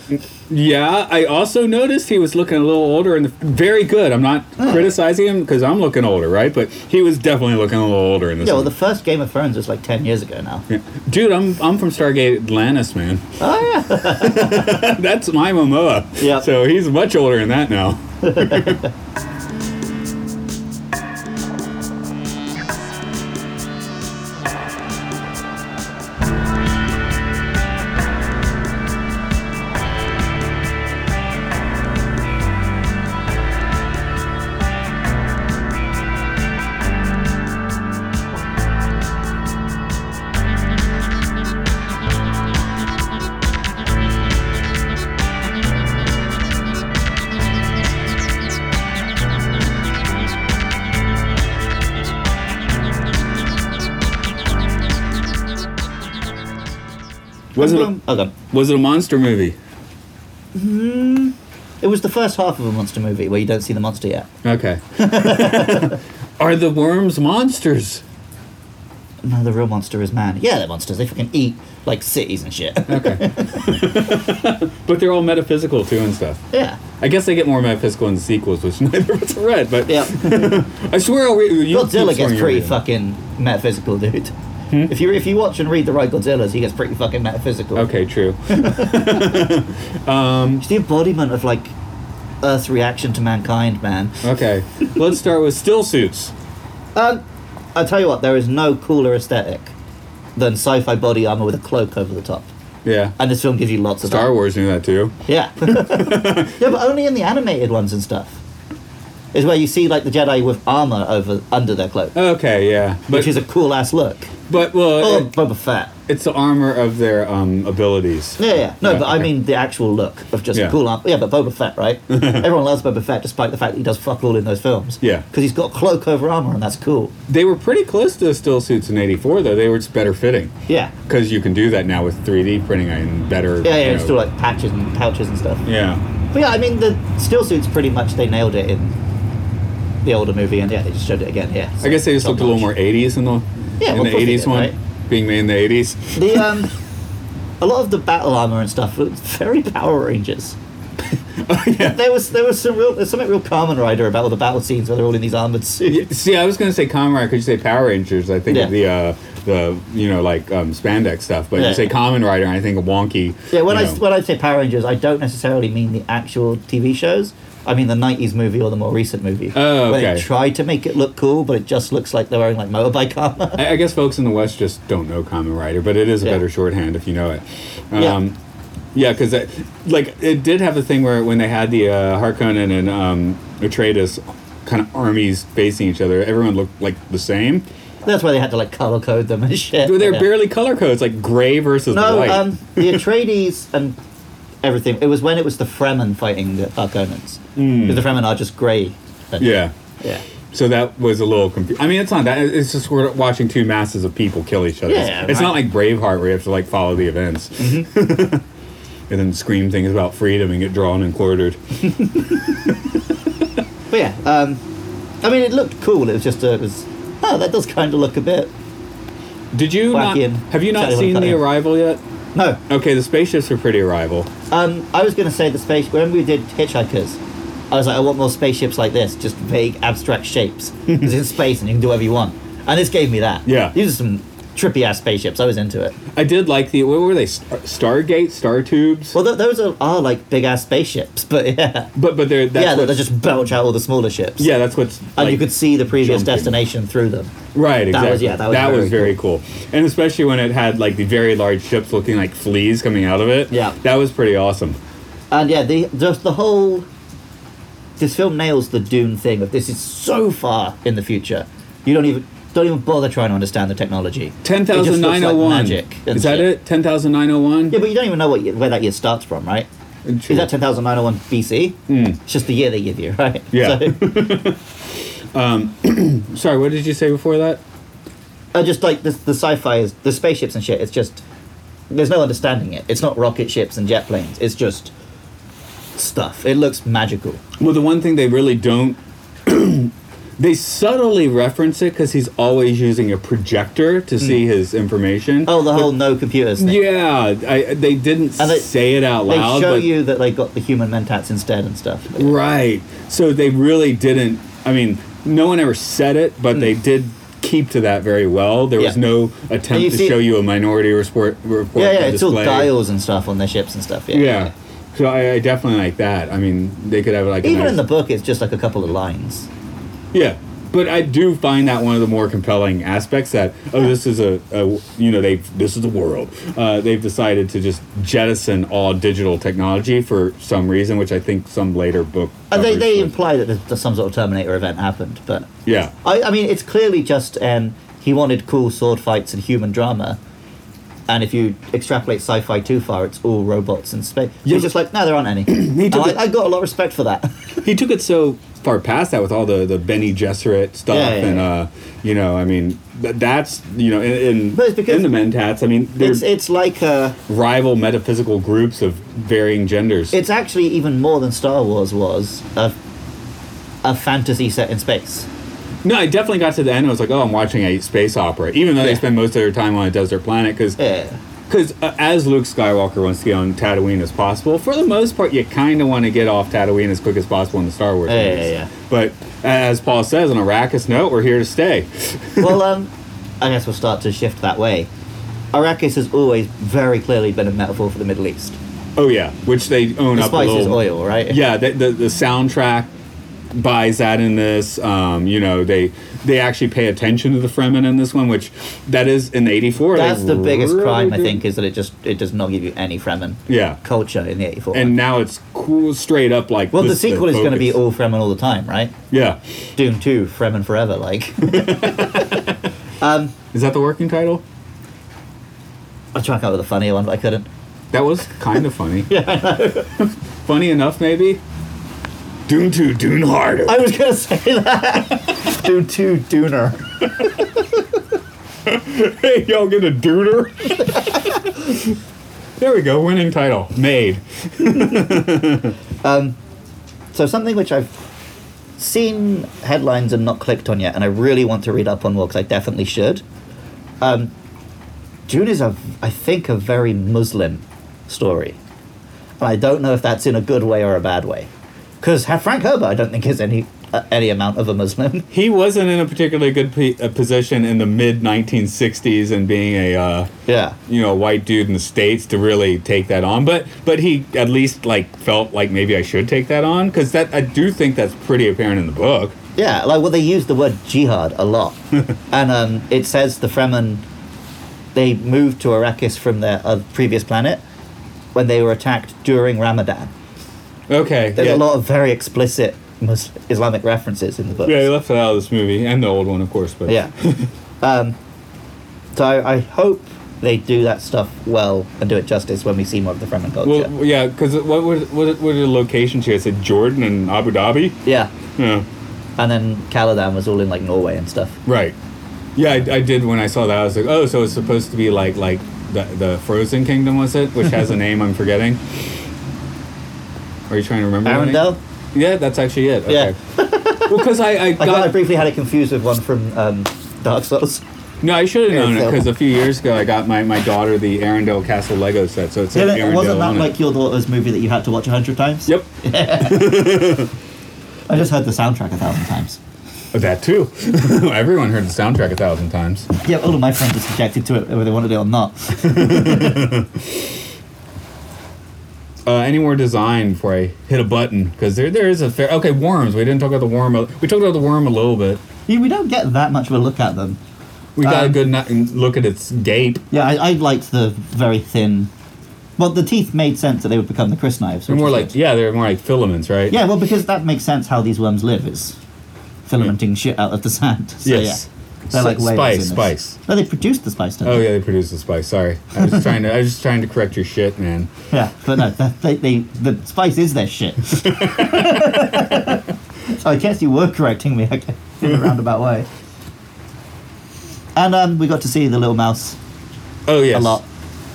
Speaker 4: yeah, I also noticed he was looking a little older and very good. I'm not criticizing him because I'm looking older, right? But he was definitely looking a little older in this.
Speaker 5: Yeah, well,
Speaker 4: one.
Speaker 5: the first Game of Thrones was like 10 years ago now.
Speaker 4: Dude, I'm I'm from Stargate Atlantis, man.
Speaker 5: Oh, yeah.
Speaker 4: That's my Momoa.
Speaker 5: Yep.
Speaker 4: So he's much older than that now. Was it a,
Speaker 5: Okay.
Speaker 4: was it a monster movie?
Speaker 5: It was the first half of a monster movie where you don't see the monster yet.
Speaker 4: Okay. Are the worms monsters?
Speaker 5: No, the real monster is man. Yeah, they're monsters. They fucking eat like cities and shit.
Speaker 4: Okay. but they're all metaphysical too and stuff.
Speaker 5: yeah.
Speaker 4: I guess they get more metaphysical in the sequels, which neither of us read. But
Speaker 5: Yeah.
Speaker 4: I swear, I'll read, you keep
Speaker 5: Godzilla
Speaker 4: swearing
Speaker 5: gets
Speaker 4: you'll
Speaker 5: pretty
Speaker 4: read it.
Speaker 5: fucking metaphysical, dude.
Speaker 4: Hmm?
Speaker 5: If you if you watch and read the right Godzillas, he gets pretty fucking metaphysical.
Speaker 4: Okay, true.
Speaker 5: It's the embodiment of like Earth's reaction to mankind, man.
Speaker 4: Okay, let's start with still suits.
Speaker 5: Um, I tell you what, there is no cooler aesthetic than sci-fi body armor with a cloak over the top,
Speaker 4: Yeah,
Speaker 5: and this film gives you lots of
Speaker 4: Star
Speaker 5: that.
Speaker 4: Wars knew that too.
Speaker 5: Yeah. yeah, but only in the animated ones and stuff. Is where you see like the Jedi with armor over under their cloak,
Speaker 4: Okay, yeah, Oh, but Uh,
Speaker 5: which is a cool ass look.
Speaker 4: but well,
Speaker 5: Oh,
Speaker 4: it-
Speaker 5: Boba Fett.
Speaker 4: it's the armor of their um, abilities.
Speaker 5: Yeah, yeah. No,
Speaker 4: Yeah,
Speaker 5: but I
Speaker 4: okay.
Speaker 5: mean the actual look of just
Speaker 4: Yeah.
Speaker 5: cool armor. Yeah, but Boba Fett, right? Everyone loves Boba Fett despite the fact that he does fuck all in those films.
Speaker 4: Yeah.
Speaker 5: Because he's got cloak over armor, and that's cool.
Speaker 4: They were pretty close to the still suits in '84, though. They were just better fitting
Speaker 5: Yeah.
Speaker 4: because you can do that now with 3D printing and better.
Speaker 5: Yeah, yeah.
Speaker 4: you
Speaker 5: It's
Speaker 4: know-
Speaker 5: still like patches and pouches and stuff.
Speaker 4: yeah,
Speaker 5: But yeah, I mean the steel suits pretty much they nailed it in the older movie, and yeah, they just showed it again here.
Speaker 4: I guess they just
Speaker 5: Top
Speaker 4: looked a little
Speaker 5: notch.
Speaker 4: more '80s in the
Speaker 5: Yeah, well, of
Speaker 4: in the
Speaker 5: course they
Speaker 4: '80s
Speaker 5: did,
Speaker 4: one,
Speaker 5: right?
Speaker 4: being made in the '80s.
Speaker 5: The um, a lot of the battle armor and stuff looked very Power Rangers. There was there was some real there's something real Carmen Rider about all the battle scenes where they're all in these armored suits.
Speaker 4: Yeah, See, I was going to say Kamen Rider because you say Power Rangers. I think of the uh, the you know like um, spandex stuff, but
Speaker 5: Yeah.
Speaker 4: you say Kamen Rider, and I think of wonky.
Speaker 5: Yeah, when
Speaker 4: you
Speaker 5: I
Speaker 4: know.
Speaker 5: when I say Power Rangers, I don't necessarily mean the actual TV shows. I mean the '90s movie or the more recent movie.
Speaker 4: Oh,
Speaker 5: Where
Speaker 4: okay.
Speaker 5: they tried to make it look cool, but it just looks like they're wearing like motorbike armor.
Speaker 4: I, I guess folks in the West just don't know Kamen Rider, but it is a
Speaker 5: Yeah.
Speaker 4: better shorthand if you know it.
Speaker 5: Yeah.
Speaker 4: Um, yeah, because like it did have a thing where when they had the uh, Harkonnen and um, Atreides kind of armies facing each other, everyone looked like the same.
Speaker 5: That's why they had to like color code them and shit.
Speaker 4: They're
Speaker 5: Yeah.
Speaker 4: barely color codes, like gray versus
Speaker 5: No,
Speaker 4: white.
Speaker 5: um, the Atreides and everything. It was when it was the Fremen fighting the Harkonnens. Because the Fremen are just grey. and-
Speaker 4: Hmm. yeah.
Speaker 5: Yeah.
Speaker 4: So that was a little confusing. I mean, it's not that. It's just we're watching two masses of people kill each other.
Speaker 5: Yeah,
Speaker 4: it's not
Speaker 5: right. Mm-hmm.
Speaker 4: like Braveheart where you have to like follow the events and then scream things about freedom and get drawn and quartered.
Speaker 5: But yeah, um, I mean, it looked cool. It was just, uh, it was, oh, that does kind of look a bit.
Speaker 4: Did you
Speaker 5: Wacky and
Speaker 4: not? Have you not
Speaker 5: shiny
Speaker 4: seen
Speaker 5: little
Speaker 4: the
Speaker 5: colour.
Speaker 4: arrival yet?
Speaker 5: No,
Speaker 4: Okay, the spaceships are pretty arrival.
Speaker 5: um, I was going to say the space, when we did Hitchhikers, I was like, I want more spaceships like this, just vague, abstract shapes. 'Cause it's in space and you can do whatever you want. And this gave me that.
Speaker 4: Yeah.
Speaker 5: These are some trippy ass spaceships. I was into it.
Speaker 4: I did like the what were they? Star- Stargate, Star Tubes.
Speaker 5: Well, th- those are, are like big ass spaceships, but yeah.
Speaker 4: but but they're that's
Speaker 5: yeah, they
Speaker 4: what's-
Speaker 5: they just belch out all the smaller ships.
Speaker 4: yeah that's what's
Speaker 5: and you
Speaker 4: like,
Speaker 5: could see the previous
Speaker 4: jumping.
Speaker 5: destination through them.
Speaker 4: Right,
Speaker 5: That
Speaker 4: exactly.
Speaker 5: was- yeah, that was very
Speaker 4: very cool. And especially when it had like the very large ships looking like fleas coming out of it.
Speaker 5: Yeah.
Speaker 4: That was pretty awesome.
Speaker 5: And yeah, the just the whole this film nails the Dune thing of this is so far in the future. You don't even don't even bother trying to understand the technology. It just looks like
Speaker 4: 10,901.
Speaker 5: magic. and
Speaker 4: Is that
Speaker 5: shit.
Speaker 4: it? 10,901?
Speaker 5: Yeah, but you don't even know what year, where that year starts from, right? Is that 10,901 BC? It's just the year they give you, right?
Speaker 4: Hmm. Yeah.
Speaker 5: So,
Speaker 4: Sorry, what did you say before that?
Speaker 5: I just like the, the sci fi is the spaceships and shit. It's just, there's no understanding it. It's not rocket ships and jet planes. It's just stuff. It looks magical.
Speaker 4: Well, the one thing they really don't They subtly reference it because he's always using a projector to see his information.
Speaker 5: Hmm. Oh, the whole no computers thing.
Speaker 4: Yeah, I, they didn't
Speaker 5: And they-
Speaker 4: say it out
Speaker 5: They
Speaker 4: loud.
Speaker 5: show
Speaker 4: but,
Speaker 5: you that they got the human mentats instead and stuff.
Speaker 4: Right. So they really didn't. I mean, no one ever said it, but they did keep to that very well. There was
Speaker 5: Hmm. Yeah.
Speaker 4: no
Speaker 5: And you
Speaker 4: attempt to
Speaker 5: see-
Speaker 4: show you a minority report. report
Speaker 5: Yeah,
Speaker 4: on
Speaker 5: yeah, it's all
Speaker 4: display.
Speaker 5: dials and stuff on their ships and stuff. Yeah.
Speaker 4: Yeah. So I, I definitely like that. I mean, they could have like a
Speaker 5: Even
Speaker 4: nice-
Speaker 5: in the book, it's just like a couple of lines.
Speaker 4: Yeah, but I do find that one of the more compelling aspects that oh, this is a, a you know they this is the world. Uh, they've decided to just jettison all digital technology for some reason, which I think some later book.
Speaker 5: And Uh, they,
Speaker 4: covers
Speaker 5: they
Speaker 4: was-
Speaker 5: imply that there's there's some sort of Terminator event happened, but
Speaker 4: yeah,
Speaker 5: I, I mean, it's clearly just um, he wanted cool sword fights and human drama. And if you extrapolate sci-fi too far, it's all robots in space. So
Speaker 4: Yeah,
Speaker 5: He's just like, no, there aren't any. And
Speaker 4: took
Speaker 5: I,
Speaker 4: it-
Speaker 5: I got a lot of respect for that.
Speaker 4: he took it so far past that with all the the Benny Gesserit stuff
Speaker 5: Yeah, yeah,
Speaker 4: and
Speaker 5: yeah.
Speaker 4: uh you know I mean th- that's you know in in,
Speaker 5: But it's because-
Speaker 4: in the Mentats I mean
Speaker 5: it's
Speaker 4: there's
Speaker 5: it's like uh,
Speaker 4: rival metaphysical groups of varying genders.
Speaker 5: it's actually even more than Star Wars was a, a fantasy set in space.
Speaker 4: No, I definitely got to the end. I was like, oh, I'm watching a space opera, even though they
Speaker 5: Yeah.
Speaker 4: spend most of their time on a desert planet. Because,
Speaker 5: Yeah.
Speaker 4: uh, as Luke Skywalker wants to get on Tatooine as possible, for the most part, you kind of want to get off Tatooine as quick as possible in the Star Wars
Speaker 5: Yeah, yeah,
Speaker 4: movies.
Speaker 5: yeah.
Speaker 4: But as Paul says on Arrakis, no, we're here to stay.
Speaker 5: well, um, I guess we'll start to shift that way. Arrakis has always very clearly been a metaphor for the Middle East.
Speaker 4: Oh yeah, which they own
Speaker 5: The
Speaker 4: up a
Speaker 5: spice
Speaker 4: little.
Speaker 5: is oil, right?
Speaker 4: Yeah, the, the the soundtrack buys that in this. Um, you know, they they actually pay attention to the Fremen in this one, which that is in '84.
Speaker 5: That's the biggest crime, I think, is that it just it does not give you any Fremen
Speaker 4: Yeah.
Speaker 5: culture in the 84.
Speaker 4: and now it's cool straight up like
Speaker 5: well, the
Speaker 4: this
Speaker 5: sequel is going to be
Speaker 4: focus.
Speaker 5: all Fremen all the time, right?
Speaker 4: yeah
Speaker 5: Doom 2, Fremen forever, like. Um,
Speaker 4: is that the working title
Speaker 5: I tried to come up with a funnier one, but I couldn't.
Speaker 4: that was kind of funny yeah funny enough maybe Dune 2 Dune Harder
Speaker 5: I was going to say that. Doom 2, Dooner.
Speaker 4: hey y'all get a dooner there we go winning title made
Speaker 5: So something which I've seen headlines and not clicked on yet, and I really want to read up on more because I definitely should. Um, Dune is, a, I think, a very Muslim story. And I don't know if that's in a good way or a bad way. Because Frank Herbert, I don't think, is any uh, any amount of a Muslim.
Speaker 4: he wasn't in a particularly good p- uh position in the mid 1960s and being a uh,
Speaker 5: yeah.
Speaker 4: you know, a white dude in the states to really take that on. But but he at least like felt like maybe I should take that on because that I do think that's pretty apparent in the book.
Speaker 5: Yeah, like, well, they use the word jihad a lot. and um, it says the Fremen, they moved to Arrakis from their uh, previous planet when they were attacked during Ramadan.
Speaker 4: Okay,
Speaker 5: There's a
Speaker 4: yeah.
Speaker 5: lot of very explicit Mus- Islamic references in the book.
Speaker 4: yeah, he left it out of this movie and the old one, of course. But
Speaker 5: Yeah. um, so I hope they do that stuff well and do it justice when we see more of the Fremen culture.
Speaker 4: well, yeah, because what was what were the locations here? It said Jordan and Abu Dhabi.
Speaker 5: yeah.
Speaker 4: Yeah,
Speaker 5: And then Caladan was all in like Norway and stuff.
Speaker 4: right. Yeah, I, I did when I saw that. I was like, oh, so it's supposed to be like like the the Frozen Kingdom was it, which has a name I'm forgetting. Are you trying to remember? the name?
Speaker 5: Arendelle?
Speaker 4: Yeah, that's actually it. Okay.
Speaker 5: Yeah.
Speaker 4: well, because I, I
Speaker 5: I thought I
Speaker 4: got
Speaker 5: briefly had it confused with one from um, Dark Souls.
Speaker 4: no, I should have known it
Speaker 5: so-
Speaker 4: because a few years ago I got my, my daughter the Arendelle Castle Lego set, so it said Arendelle
Speaker 5: wasn't that
Speaker 4: on
Speaker 5: like
Speaker 4: it.
Speaker 5: your daughter's movie that you had to watch a hundred times?
Speaker 4: Yep,
Speaker 5: I just heard the soundtrack a thousand times.
Speaker 4: Uh, that too. Everyone heard the soundtrack a thousand times.
Speaker 5: Yeah, all of my friends are subjected to it, whether they wanted it or not.
Speaker 4: Uh, any more design before I hit a button? Because there there is a fair okay worms. We didn't talk about the worm. a- We talked about the worm a little bit.
Speaker 5: Yeah, we don't get that much of a look at them.
Speaker 4: We got a
Speaker 5: Um,
Speaker 4: good ni- look at its gape.
Speaker 5: Yeah, I, I liked the very thin. Well, the teeth made sense that they would become the Chris knives.
Speaker 4: They're
Speaker 5: which
Speaker 4: more
Speaker 5: is
Speaker 4: like
Speaker 5: good.
Speaker 4: yeah, they're more like filaments, right?
Speaker 5: yeah, well, because that makes sense how these worms live is filamenting shit out of the sand. So,
Speaker 4: Hmm. Yes.
Speaker 5: yeah, they're like
Speaker 4: S-
Speaker 5: whalers
Speaker 4: spice,
Speaker 5: in this.
Speaker 4: spice.
Speaker 5: No, they produce the spice. Don't
Speaker 4: Oh
Speaker 5: they?
Speaker 4: yeah, they produce the spice. Sorry, I was just trying to I was just trying to correct your shit, man.
Speaker 5: Yeah, but no, that, they, they the spice is their shit. so I guess you were correcting me I guess, in a roundabout way. And um, we got to see the little mouse
Speaker 4: Oh yes,
Speaker 5: a lot.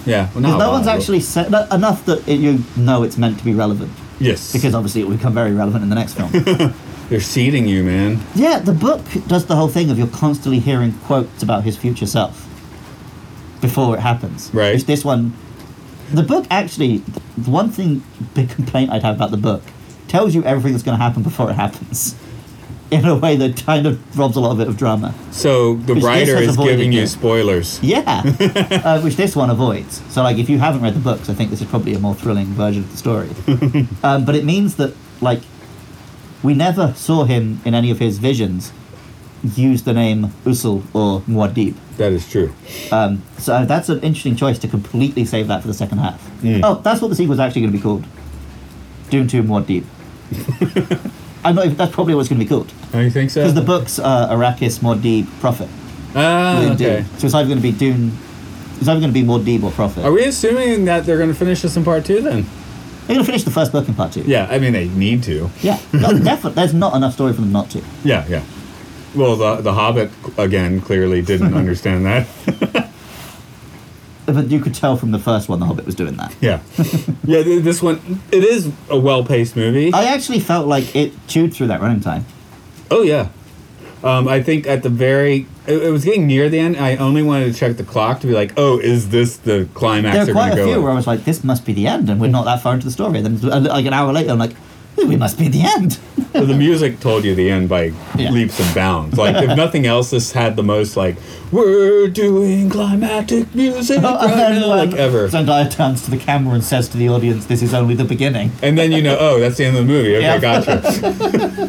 Speaker 4: Yeah, well, not
Speaker 5: Because no
Speaker 4: a lot,
Speaker 5: one's
Speaker 4: but-
Speaker 5: actually said no, enough that it, you know it's meant to be relevant.
Speaker 4: yes
Speaker 5: Because obviously it will become very relevant in the next film.
Speaker 4: They're seeding you, man.
Speaker 5: Yeah, the book does the whole thing of you're constantly hearing quotes about his future self before it happens.
Speaker 4: Right.
Speaker 5: Which this one, the book actually, the one thing, big complaint I'd have about the book, tells you everything that's going to happen before it happens in a way that kind of robs a lot of it of drama.
Speaker 4: So the
Speaker 5: Which
Speaker 4: writer
Speaker 5: this has
Speaker 4: is giving
Speaker 5: avoided
Speaker 4: you
Speaker 5: it.
Speaker 4: spoilers.
Speaker 5: Yeah, uh, which this one avoids. So, like, if you haven't read the books, I think this is probably a more thrilling version of the story. um, but it means that, like, we never saw him in any of his visions use the name Usul or Muad'Dib.
Speaker 4: That is true.
Speaker 5: Um, so that's an interesting choice to completely save that for the second half. Oh, that's what the sequel's actually going to be called. Doom 2 Muad'Dib. I'm not even, that's probably what it's going to be called.
Speaker 4: Oh, you think so?
Speaker 5: Because the books are Arrakis, Muad'Dib, Prophet.
Speaker 4: Ah,
Speaker 5: Doom
Speaker 4: okay.
Speaker 5: Doom. So it's either going to be Doom. It's either going to be more Deeb or Prophet.
Speaker 4: Are we assuming that they're going to finish this in part two then?
Speaker 5: They're going to finish the first book in part two.
Speaker 4: Yeah, I mean they need to.
Speaker 5: Yeah. No, definitely. There's not enough story for them not to.
Speaker 4: Yeah, yeah. Well, the the Hobbit again clearly didn't understand that.
Speaker 5: But you could tell from the first one, The Hobbit was doing that.
Speaker 4: Yeah, yeah. th- This one it is a well paced movie.
Speaker 5: I actually felt like it chewed through that running time.
Speaker 4: Oh yeah. Um, I think at the very it, it was getting near the end. I only wanted to check the clock to be like, oh, is this the climax?
Speaker 5: There
Speaker 4: they're
Speaker 5: are quite
Speaker 4: gonna
Speaker 5: a
Speaker 4: go
Speaker 5: few
Speaker 4: with?
Speaker 5: where I was like, "This must be the end," and we're not that far into the story. And then, uh, like an hour later, I'm like, "We must be the end."
Speaker 4: So the music told you the end by
Speaker 5: Yeah.
Speaker 4: leaps and bounds. Like if nothing else, this had the most like we're doing climactic music
Speaker 5: Oh,
Speaker 4: right now," like ever.
Speaker 5: Zendaya turns to the camera and says to the audience, "This is only the beginning."
Speaker 4: And then you know, oh, that's the end of the movie. Okay,
Speaker 5: Yeah.
Speaker 4: gotcha.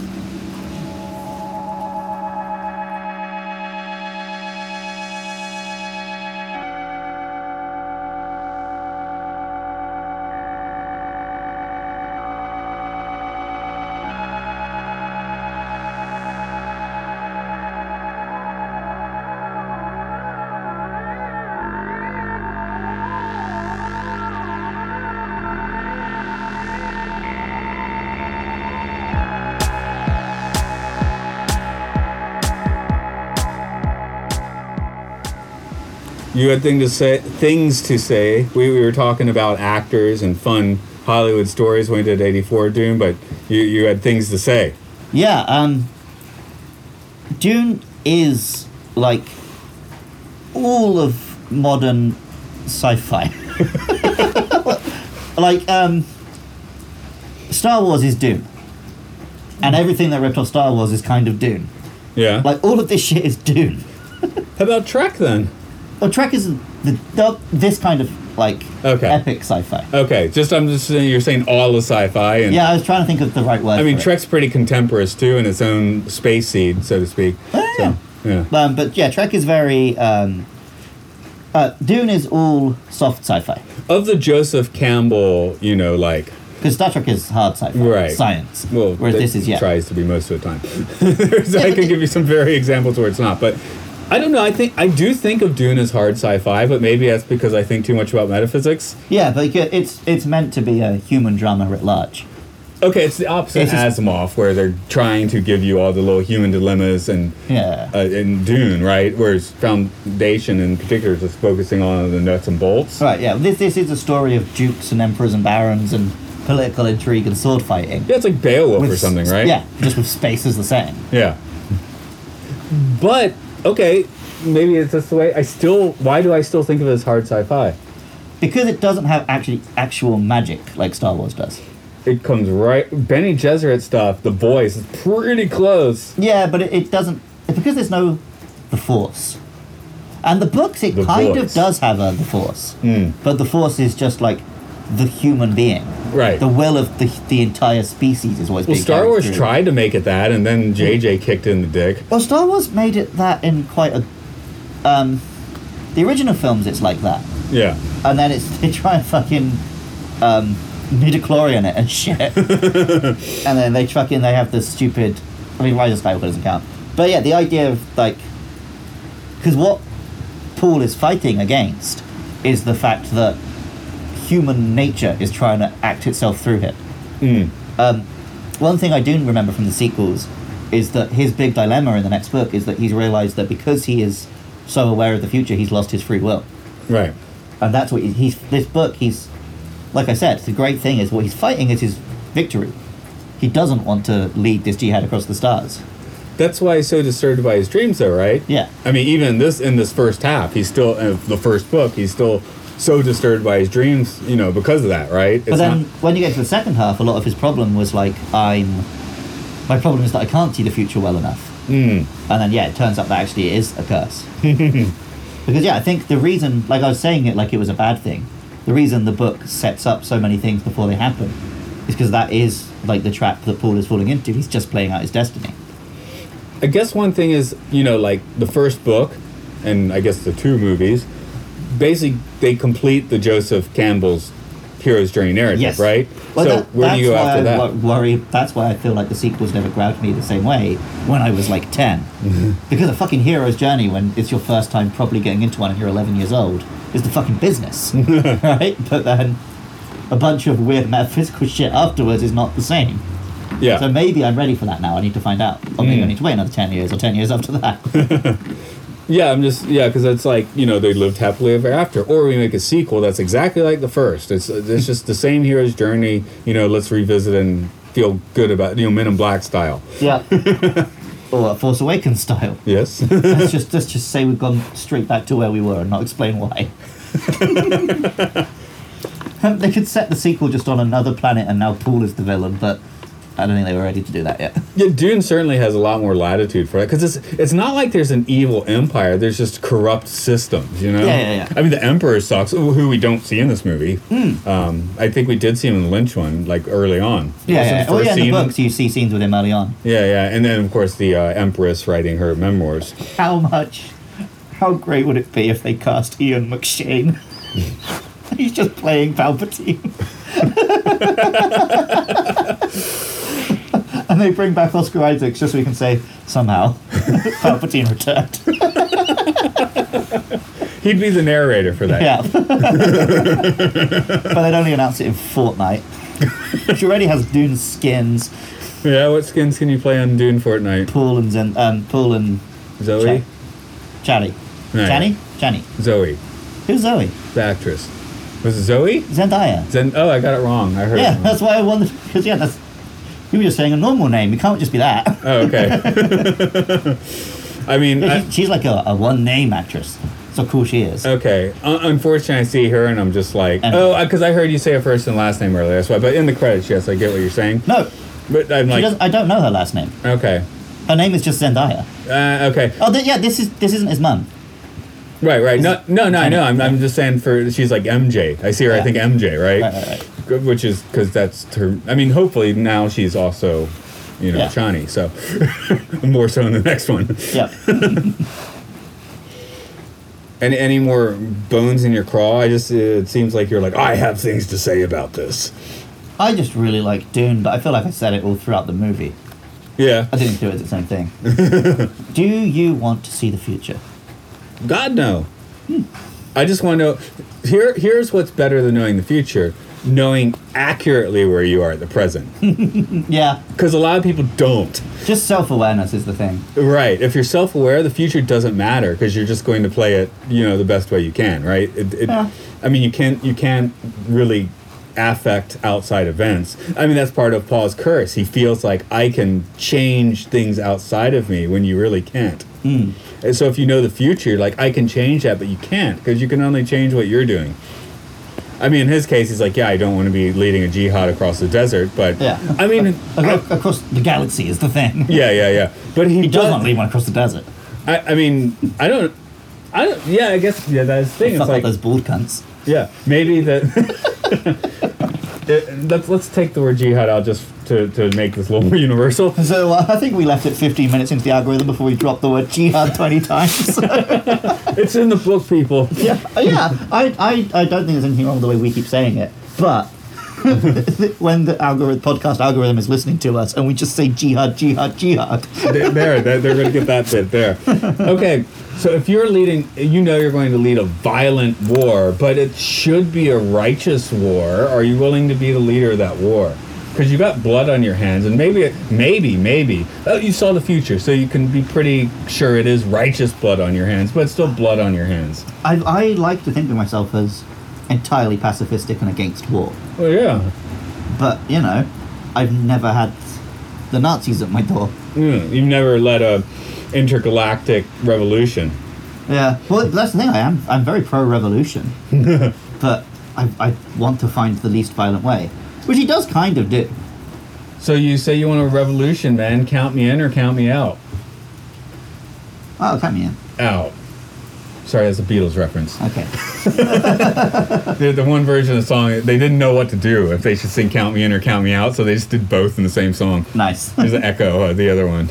Speaker 4: you had thing to say, things to say. We, we were talking about actors and fun Hollywood stories when we did '84 Doom, but you you had things to say.
Speaker 5: Yeah, um Dune is like all of modern sci-fi. like um Star Wars is Dune.
Speaker 4: Mm-hmm.
Speaker 5: And everything that ripped off Star Wars is kind of Dune.
Speaker 4: Yeah.
Speaker 5: Like all of this shit is Dune.
Speaker 4: How about Trek then?
Speaker 5: Well, Trek is the, the this kind of like
Speaker 4: Okay.
Speaker 5: epic sci-fi.
Speaker 4: Okay, just I'm just saying you're saying all the sci-fi and
Speaker 5: Yeah, I was trying to think of the right word.
Speaker 4: I mean,
Speaker 5: for it.
Speaker 4: Trek's pretty contemporous too, in its own space seed, so to speak.
Speaker 5: Oh,
Speaker 4: So, yeah.
Speaker 5: Um, but yeah, Trek is very. Um, uh, Dune is all soft sci-fi
Speaker 4: Of the Joseph Campbell, you know, like
Speaker 5: because Star Trek is hard sci-fi,
Speaker 4: Right.
Speaker 5: Science.
Speaker 4: well,
Speaker 5: whereas
Speaker 4: that
Speaker 5: this is yeah.
Speaker 4: tries to be most of the time. There's- I can give you some very examples where it's not, but I don't know. I think I do think of Dune as hard sci-fi, but maybe that's because I think too much about metaphysics.
Speaker 5: Yeah, but yeah, it's it's meant to be a human drama writ large.
Speaker 4: Okay, it's the opposite
Speaker 5: It's just-
Speaker 4: Asimov, where they're trying to give you all the little human dilemmas and
Speaker 5: Yeah.
Speaker 4: uh, in Dune, right? Whereas Foundation, in particular, is just focusing on the nuts and bolts.
Speaker 5: right. Yeah. This this is a story of dukes and emperors and barons and political intrigue and sword fighting.
Speaker 4: Yeah, it's like Beowulf or
Speaker 5: With
Speaker 4: something,
Speaker 5: s-
Speaker 4: right?
Speaker 5: Yeah. Just with space as the setting.
Speaker 4: Yeah. But okay, maybe it's just the way I still. Why do I still think of it as hard sci-fi?
Speaker 5: Because it doesn't have actually actual magic like Star Wars does.
Speaker 4: It comes right. Benny Gesserit stuff. The voice is pretty close.
Speaker 5: Yeah, but it, it doesn't because there's no the force. And the books it
Speaker 4: The Hmm.
Speaker 5: kind
Speaker 4: Force.
Speaker 5: of does have a the force, but the force is just like the human being,
Speaker 4: Right.
Speaker 5: The will of the the entire species is what's
Speaker 4: Well,
Speaker 5: being
Speaker 4: Star
Speaker 5: carried
Speaker 4: Wars
Speaker 5: through.
Speaker 4: tried to make it that, and then JJ kicked in the dick.
Speaker 5: Well, Star Wars made it that in quite a. Um, the original films, it's like that,
Speaker 4: Yeah.
Speaker 5: and then it's they try and fucking um, midichlorian it and shit, and then they chuck in they have this stupid. I mean, Rise of Skywalker doesn't count, but yeah, the idea of like, because what Paul is fighting against is the fact that human nature is trying to act itself through him. Um, one thing I do remember from the sequels is that his big dilemma in the next book is that he's realized that because he is so aware of the future, he's lost his free will
Speaker 4: Right.
Speaker 5: and that's what he- he's this book he's like i said the great thing is what he's fighting is his victory he doesn't want to lead this jihad across the stars.
Speaker 4: That's why he's so disturbed by his dreams, though, right?
Speaker 5: Yeah.
Speaker 4: I mean, even this in this first half, he's still in the first book. He's still so disturbed by his dreams, you know, because of that, right? It's
Speaker 5: But then
Speaker 4: not-
Speaker 5: when you get to the second half, a lot of his problem was like, I'm. My problem is that I can't see the future well enough. Mm. And then, yeah, it turns out that actually it is a curse. because, yeah, I think the reason, like I was saying it like it was a bad thing, the reason the book sets up so many things before they happen is because that is like the trap that Paul is falling into. He's just playing out his destiny.
Speaker 4: I guess one thing is, you know, like the first book, and I guess the two movies, basically they complete the Joseph Campbell's hero's journey narrative,
Speaker 5: Yes.
Speaker 4: right?
Speaker 5: Well,
Speaker 4: so
Speaker 5: that-
Speaker 4: where do you go
Speaker 5: that's why
Speaker 4: after
Speaker 5: I
Speaker 4: that?
Speaker 5: wo- Worry. That's why I feel like the sequels never grabbed me the same way when I was like 10
Speaker 4: Mm-hmm.
Speaker 5: because a fucking hero's journey when it's your first time probably getting into one and you're eleven years old is the fucking business, right? But then a bunch of weird metaphysical shit afterwards is not the same.
Speaker 4: yeah. Mm.
Speaker 5: So maybe I'm ready for that now. I need to find out, or maybe I need to wait another ten years, or ten years after that.
Speaker 4: Yeah, I'm just yeah, because it's like you know they lived happily ever after, or we make a sequel that's exactly like the first. It's it's just the same hero's journey. You know, let's revisit and feel good about you know Men in Black style.
Speaker 5: yeah. Or Force Awakens style.
Speaker 4: Yes,
Speaker 5: Let's just let's just say we've gone straight back to where we were and not explain why. Um, they could set the sequel just on another planet and now Paul is the villain, but I don't think they were ready to do that yet.
Speaker 4: yeah, Dune certainly has a lot more latitude for that because it's it's not like there's an evil empire. There's just corrupt systems. You know.
Speaker 5: Yeah, yeah, Hmm. yeah.
Speaker 4: I mean, the Emperor sucks, who we don't see in this movie. Um, I think we did see him in the Lynch one, like early on.
Speaker 5: Yeah,
Speaker 4: Wasn't
Speaker 5: yeah.
Speaker 4: the
Speaker 5: Oh
Speaker 4: first
Speaker 5: yeah, in the
Speaker 4: scene-
Speaker 5: books you see scenes with him early on.
Speaker 4: Yeah, yeah, and then of course the uh, Empress writing her memoirs.
Speaker 5: How much how great would it be if they cast Ian McShane?
Speaker 4: Hmm.
Speaker 5: He's just playing Palpatine. and they bring back Oscar Isaacs just so we can say, somehow, Palpatine returned.
Speaker 4: He'd be the narrator for that.
Speaker 5: Yeah. but they'd only announce it in Fortnite. Which already has Dune skins,
Speaker 4: Yeah, what skins can you play on Dune Fortnite?
Speaker 5: Paul and Zen, um, Paul and
Speaker 4: Zoe?
Speaker 5: Channy.
Speaker 4: No.
Speaker 5: Channy? Channy.
Speaker 4: Zoe,
Speaker 5: Who's Zoe?
Speaker 4: the actress. Was it Zoe?
Speaker 5: Zendaya.
Speaker 4: Zen- oh, I got it wrong. I heard
Speaker 5: Yeah,
Speaker 4: it wrong.
Speaker 5: that's why I wondered. Because, yeah, that's. You were just saying a normal name. It can't just be that.
Speaker 4: Oh, okay. I mean, I-
Speaker 5: she's, she's like a, a one name actress. So cool she is.
Speaker 4: okay. Un unfortunately, I see her and I'm just like,
Speaker 5: And-
Speaker 4: oh, because I heard you say her first and last name earlier. That's why. But in the credits, yes, I get what you're saying.
Speaker 5: no,
Speaker 4: But I'm
Speaker 5: she
Speaker 4: like,
Speaker 5: doesn't, I don't know her last name.
Speaker 4: okay.
Speaker 5: Her name is just Zendaya.
Speaker 4: Uh, okay.
Speaker 5: Oh, th- yeah, this is this isn't his mum.
Speaker 4: Right, right. No, no, no, I
Speaker 5: Tiny-
Speaker 4: know. I'm, I'm just saying for, she's like MJ. I see her, I
Speaker 5: Yeah.
Speaker 4: think MJ, right?
Speaker 5: Right, right, right.
Speaker 4: Good, Which is because that's her. I mean, hopefully now she's also, you know,
Speaker 5: Yeah.
Speaker 4: Chani. So more so in the next one.
Speaker 5: Yeah.
Speaker 4: And any more bones in your craw? I just it seems like you're like I have things to say about this.
Speaker 5: I just really like Dune, but I feel like I said it all throughout the movie.
Speaker 4: Yeah.
Speaker 5: I didn't do it as the same thing. do you want to see the future?
Speaker 4: God no. I just want to know. Here, here's what's better than knowing the future: knowing accurately where you are at the present.
Speaker 5: Yeah,
Speaker 4: Because a lot of people don't.
Speaker 5: just self awareness is the thing.
Speaker 4: Right. If you're self-aware, the future doesn't matter because you're just going to play it, you know, the best way you can. Right. It, it,
Speaker 5: Yeah.
Speaker 4: I mean, you can't you can't really affect outside events. I mean, that's part of Paul's curse. He feels like I can change things outside of me when you really can't.
Speaker 5: Hmm.
Speaker 4: And so if you know the future, like I can change that, but you can't because you can only change what you're doing. I mean, in his case, he's like, yeah, I don't want to be leading a jihad across the desert, but
Speaker 5: Yeah.
Speaker 4: I mean,
Speaker 5: Ac- Across the galaxy is the thing.
Speaker 4: yeah, yeah, yeah. But he,
Speaker 5: He does
Speaker 4: does-
Speaker 5: not leave one across the desert.
Speaker 4: I, I mean, I don't. I don't, yeah, I guess yeah, that's the thing. It's
Speaker 5: Fuck
Speaker 4: like
Speaker 5: up those bald cunts.
Speaker 4: yeah, maybe that. It- let's let's take the word jihad out just to, to make this a little more universal.
Speaker 5: So uh, I think we left it 15 minutes into the algorithm before we dropped the word jihad 20 times.
Speaker 4: It's in the book, people.
Speaker 5: yeah, yeah. I, I, I don't think there's anything wrong with the way we keep saying it, but when the algorithm, podcast algorithm is listening to us and we just say jihad, jihad, jihad.
Speaker 4: There, there they're, they're going to get that bit there. Okay, so if you're leading, you know you're going to lead a violent war, but it should be a righteous war. Are you willing to be the leader of that war? Because you got blood on your hands, and maybe, maybe, maybe, oh, you saw the future, so you can be pretty sure it is righteous blood on your hands, but it's still blood on your hands.
Speaker 5: I, I like to think of myself as entirely pacifistic and against war,
Speaker 4: Well, yeah.
Speaker 5: but you know, I've never had the Nazis at my door.
Speaker 4: Mm, you've never led a intergalactic revolution.
Speaker 5: Yeah. Well, that's the thing. I am. I'm very pro-revolution, but I, I want to find the least violent way, which he does kind of do.
Speaker 4: So you say you want a revolution, man? Count me in or count me out.
Speaker 5: Oh, come here.
Speaker 4: Out. Sorry, that's a Beatles reference.
Speaker 5: Okay.
Speaker 4: The, the one version of the song, they didn't know what to do if they should sing "Count Me In" or "Count Me Out," so they just did both in the same song.
Speaker 5: Nice.
Speaker 4: There's an echo of the other one,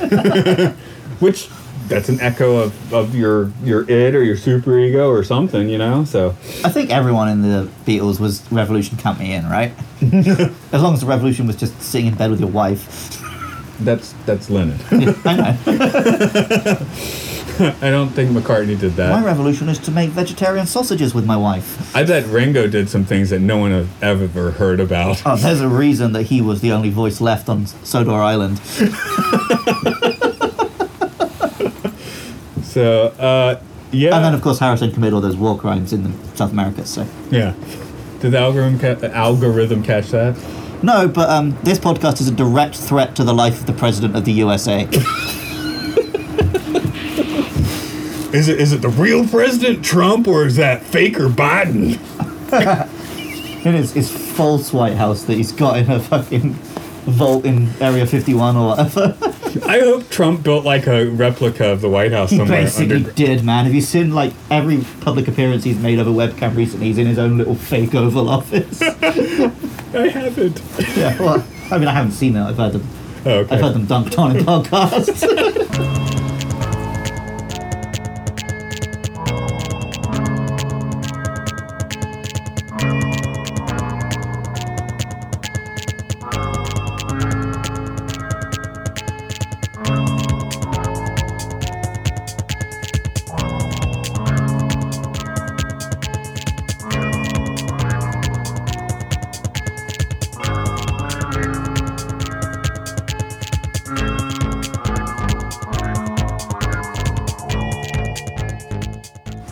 Speaker 4: which that's an echo of, of your your id or your superego or something, you know. So
Speaker 5: I think everyone in the Beatles was Revolution count me in, right? as long as the Revolution was just sitting in bed with your wife.
Speaker 4: that's that's Lennon.
Speaker 5: I know.
Speaker 4: I don't think McCartney did
Speaker 5: My
Speaker 4: that.
Speaker 5: revolution is to make vegetarian sausages with my wife.
Speaker 4: I bet Ringo did some things that no one have ever heard about.
Speaker 5: Oh, there's a reason that he was the only voice left on Sodor Island.
Speaker 4: So uh, yeah,
Speaker 5: And then, of course, Harrison committed all those war crimes in South America, so.
Speaker 4: yeah. Did the algorithm ca- algorithm catch that?
Speaker 5: No, but um, this podcast is a direct threat to the life of the President of the USA.
Speaker 4: Is it is it the real President Trump or is that faker Biden?
Speaker 5: it is his false White House that he's got in a fucking vault in Area 51 or whatever.
Speaker 4: I hope Trump built like a replica of the White House
Speaker 5: He
Speaker 4: somewhere.
Speaker 5: basically
Speaker 4: underground.
Speaker 5: did, man. Have you seen, like, every public appearance he's made over webcam recently? He's in his own little fake Oval Office.
Speaker 4: I haven't.
Speaker 5: yeah, well, I mean, I haven't seen it. I've heard them.
Speaker 4: Oh, okay.
Speaker 5: I've heard them dunked on in podcasts.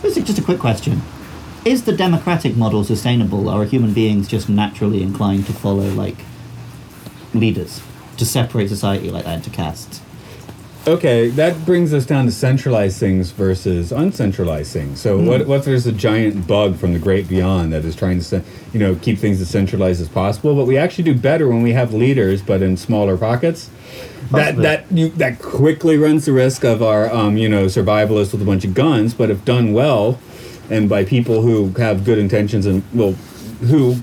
Speaker 5: This is just a quick question. Is the democratic model sustainable? Are human beings just naturally inclined to follow, like, leaders? To separate society like that into castes?
Speaker 4: Okay, that brings us down to centralized things versus uncentralized things. So,
Speaker 5: Hmm.
Speaker 4: what, what if there's a giant bug from the great beyond that is trying to, cen- you know, keep things as centralized as possible? But we actually do better when we have leaders, but in smaller pockets. That
Speaker 5: Possibly.
Speaker 4: that you that quickly runs the risk of our, um, you know, survivalists with a bunch of guns. But if done well, and by people who have good intentions and well, who